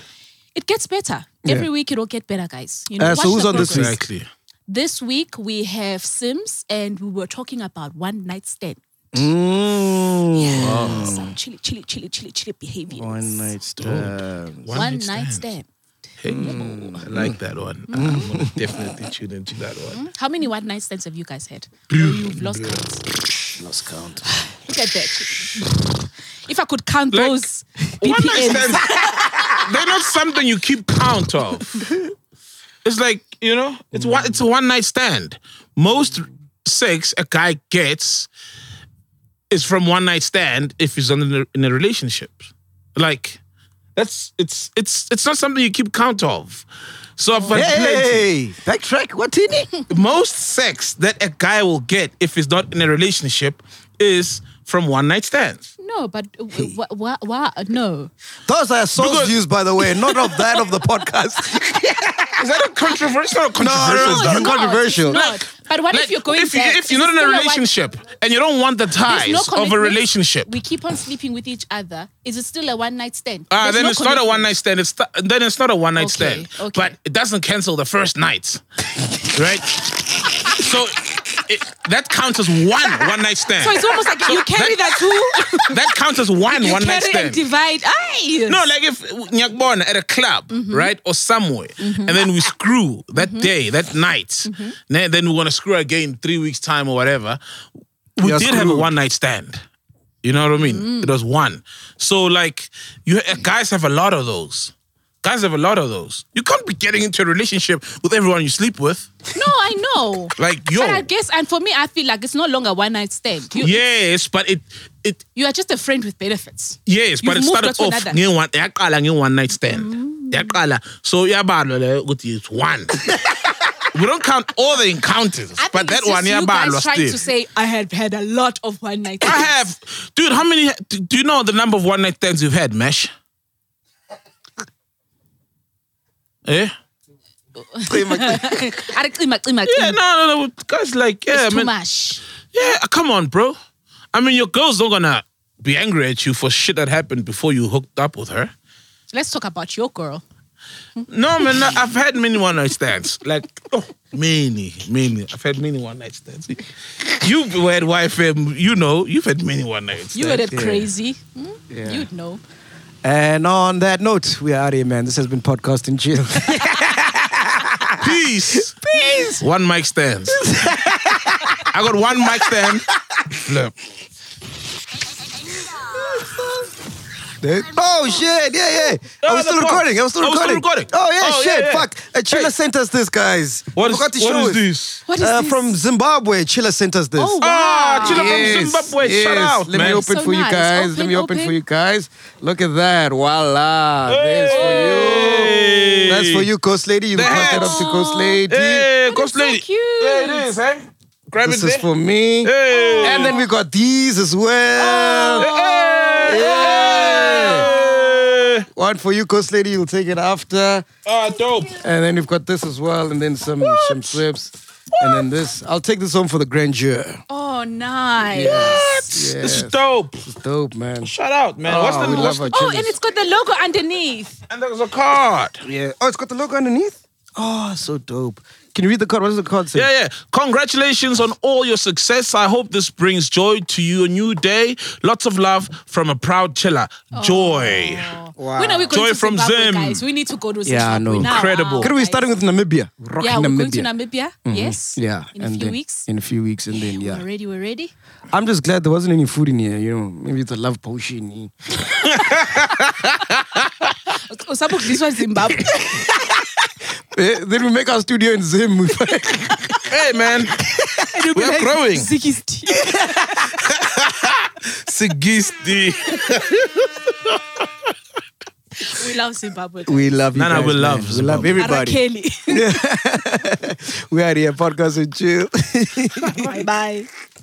Speaker 2: it gets better every week. It'll get better, guys. You know.
Speaker 1: Uh, so
Speaker 2: watch
Speaker 1: who's
Speaker 2: the
Speaker 1: on this
Speaker 2: progress.
Speaker 1: week?
Speaker 3: Exactly.
Speaker 2: This week we have Sims, and we were talking about one night stand. Yeah, some chilly, chilly, chilly, chilly, chilly behaviors.
Speaker 1: Mm. One night stand.
Speaker 3: One,
Speaker 2: One night stand.
Speaker 3: Hey, I like that one. I'm gonna definitely tune into that one.
Speaker 2: How many one night stands have you guys had? Or you've lost count.
Speaker 1: Lost count.
Speaker 2: Look at that. If I could count
Speaker 3: Like,
Speaker 2: those
Speaker 3: One night
Speaker 2: BPMs.
Speaker 3: stands, they're not something you keep count of. It's like you know, it's one, it's a one night stand. Most sex a guy gets is from one night stand if he's in a, in a relationship. Like that's it's it's it's not something you keep count of. So I've had plenty.
Speaker 1: Hey, backtrack. What in it?
Speaker 3: most sex that a guy will get if he's not in a relationship is from one night stands.
Speaker 2: No, but uh, wha- wha- wha- no.
Speaker 1: Those are source
Speaker 3: Because-
Speaker 1: views, by the way, not of that of the podcast.
Speaker 3: is that a controversial? It's not a controversial.
Speaker 1: no,
Speaker 3: stuff.
Speaker 1: it's not controversial.
Speaker 2: It's not. But what
Speaker 3: Like,
Speaker 2: if you're going
Speaker 3: if, you,
Speaker 2: back?
Speaker 3: if you're not in
Speaker 2: Still
Speaker 3: a
Speaker 2: white-
Speaker 3: relationship and you don't want the
Speaker 2: there's
Speaker 3: ties
Speaker 2: no
Speaker 3: of a
Speaker 2: commitment.
Speaker 3: relationship,
Speaker 2: We keep on sleeping with each other. Is it still a one night stand?
Speaker 3: ah,
Speaker 2: There's
Speaker 3: then
Speaker 2: no
Speaker 3: it's not a
Speaker 2: commitment.
Speaker 3: one night stand. It's th- then it's not a one night
Speaker 2: Okay,
Speaker 3: stand.
Speaker 2: okay.
Speaker 3: But it doesn't cancel the first night, right? so it, that counts as one one night stand.
Speaker 2: So it's almost like you carry that, too.
Speaker 3: that counts as one
Speaker 2: you
Speaker 3: one
Speaker 2: carry
Speaker 3: night stand.
Speaker 2: and divide. Aye.
Speaker 3: No, like if Nyakborn at a club,
Speaker 2: Mm-hmm.
Speaker 3: right, or somewhere, and then we screw that day, that night,
Speaker 2: Mm-hmm.
Speaker 3: ne- then we want to screw again three weeks time or whatever. We
Speaker 1: You're
Speaker 3: did have a
Speaker 1: screwed.
Speaker 3: one night stand. You know what I mean?
Speaker 2: Mm.
Speaker 3: It was one. So like, you uh, guys have a lot of those. Guys have a lot of those. You can't be getting into a relationship with everyone you sleep with.
Speaker 2: No, I know.
Speaker 3: Like yo,
Speaker 2: But I guess, and for me, I feel like it's no longer one night stand. You,
Speaker 3: yes, but it it
Speaker 2: you are just a friend with benefits.
Speaker 3: Yes, but it
Speaker 2: You've moved
Speaker 3: started
Speaker 2: on to
Speaker 3: off
Speaker 2: another. Mm.
Speaker 3: near one. Yaqala nge one night stand. Yaqala. So yabalwa le ukuthi it's one. we don't count all the encounters,
Speaker 2: I think
Speaker 3: but that
Speaker 2: it's
Speaker 3: one
Speaker 2: just you guys
Speaker 3: yabalwa
Speaker 2: trying
Speaker 3: still.
Speaker 2: to say I had had a lot of one night.
Speaker 3: I
Speaker 2: stands."
Speaker 3: have, dude. How many? Do do you know the number of one night stands you've had, Mesh? Eh?
Speaker 2: I think- ima- ima-
Speaker 3: Yeah,
Speaker 2: ima-
Speaker 3: no, no, no. Guys, like, yeah,
Speaker 2: Mm. it's too
Speaker 3: man.
Speaker 2: much.
Speaker 3: Yeah, come on, bro. I mean, your girl's not gonna be angry at you for shit that happened before you hooked up with her.
Speaker 2: Let's talk about your girl.
Speaker 3: No, man, no, I've had many one night stands. Like, oh, many, many. I've had many one night stands. You've had YFM, you know, you've had many one night stands.
Speaker 2: You were that
Speaker 1: yeah.
Speaker 2: crazy. Hmm? You'd know.
Speaker 1: And on that note, we are out of here, man. This has been podcasting chill.
Speaker 3: Peace. Peace. One mic stands. I got one mic stand. Flip.
Speaker 1: oh shit! Yeah, yeah. I
Speaker 3: No,
Speaker 1: was still
Speaker 3: no problem.
Speaker 1: recording. I was still
Speaker 3: I was
Speaker 1: recording.
Speaker 3: still recording.
Speaker 1: Oh yeah,
Speaker 3: Oh, yeah,
Speaker 1: shit!
Speaker 3: yeah.
Speaker 1: Fuck. Uh, Chilla sent us this, guys.
Speaker 3: What is,
Speaker 1: Forgot to show
Speaker 3: what
Speaker 1: us.
Speaker 3: is this?
Speaker 2: What is
Speaker 1: Uh,
Speaker 2: this?
Speaker 1: from Zimbabwe, Chilla sent us this.
Speaker 2: Oh, wow.
Speaker 3: Ah, Chilla from Zimbabwe. Shout out,
Speaker 1: Let
Speaker 3: man.
Speaker 1: me open
Speaker 2: So
Speaker 1: for you
Speaker 2: nice.
Speaker 1: guys. Let
Speaker 2: Open,
Speaker 1: me open, for
Speaker 2: open.
Speaker 1: you guys. Look at that. Voila. There's for you.
Speaker 3: Hey.
Speaker 1: That's for you, Ghost Lady. You can pass that up to Ghost Lady.
Speaker 3: Hey,
Speaker 2: That is
Speaker 3: Ghost
Speaker 2: so
Speaker 3: Lady.
Speaker 2: cute.
Speaker 3: There it is, eh? Grab
Speaker 1: This
Speaker 3: it
Speaker 1: is
Speaker 3: there.
Speaker 1: for me.
Speaker 3: Hey.
Speaker 1: And then we got these as well.
Speaker 3: Hey. Hey.
Speaker 1: One for you, Ghost Lady. You'll take it after.
Speaker 3: Ah, dope.
Speaker 1: And then you've got this as well. And then some some slips. And then this. I'll take this home for the grandeur.
Speaker 2: Oh, nice.
Speaker 3: This
Speaker 1: Yes.
Speaker 3: is dope.
Speaker 1: It's dope, man.
Speaker 3: Shout out, man.
Speaker 1: Oh,
Speaker 3: what's
Speaker 1: we
Speaker 3: the
Speaker 1: love
Speaker 3: what's
Speaker 1: our
Speaker 3: the,
Speaker 2: Oh,
Speaker 1: chillers.
Speaker 2: and it's got the logo underneath.
Speaker 3: and there's a card.
Speaker 1: Yeah. Oh, it's got the logo underneath. Oh, so dope. Can you read the card? What does the card say?
Speaker 3: Yeah, yeah. Congratulations on all your success. I hope this brings joy to you. A new day. Lots of love from a proud chiller. Joy.
Speaker 2: Wow. When are we going
Speaker 3: Joy
Speaker 2: to
Speaker 3: from
Speaker 2: Zimbabwe,
Speaker 3: Zim.
Speaker 2: guys? We need to go to Zimbabwe.
Speaker 1: I know.
Speaker 2: now.
Speaker 3: Incredible.
Speaker 2: Ah,
Speaker 1: Can we
Speaker 2: guys.
Speaker 1: starting with Namibia? Rock
Speaker 2: Yeah, we're
Speaker 1: Namibia.
Speaker 2: going to Namibia.
Speaker 3: Mm-hmm.
Speaker 2: Yes.
Speaker 1: Yeah,
Speaker 2: In a
Speaker 1: and
Speaker 2: few
Speaker 1: then-
Speaker 2: weeks.
Speaker 1: In a few weeks, and then yeah,
Speaker 2: We're ready. We're ready.
Speaker 1: I'm just glad there wasn't any food in here. You know, maybe it's a love potion.
Speaker 2: Osabu, oh, this was Zimbabwe.
Speaker 1: Eh, then we make our studio in Zim. We find-
Speaker 3: Hey, man. we are growing.
Speaker 2: Ziki's tea.
Speaker 3: Sigisti.
Speaker 2: We love Zimbabwe.
Speaker 1: we love you.
Speaker 3: Nana,
Speaker 1: guys,
Speaker 3: we love
Speaker 1: man. We
Speaker 3: Zimbabwe.
Speaker 1: love everybody.
Speaker 2: Kelly.
Speaker 1: We are here, podcast and chill.
Speaker 2: bye bye.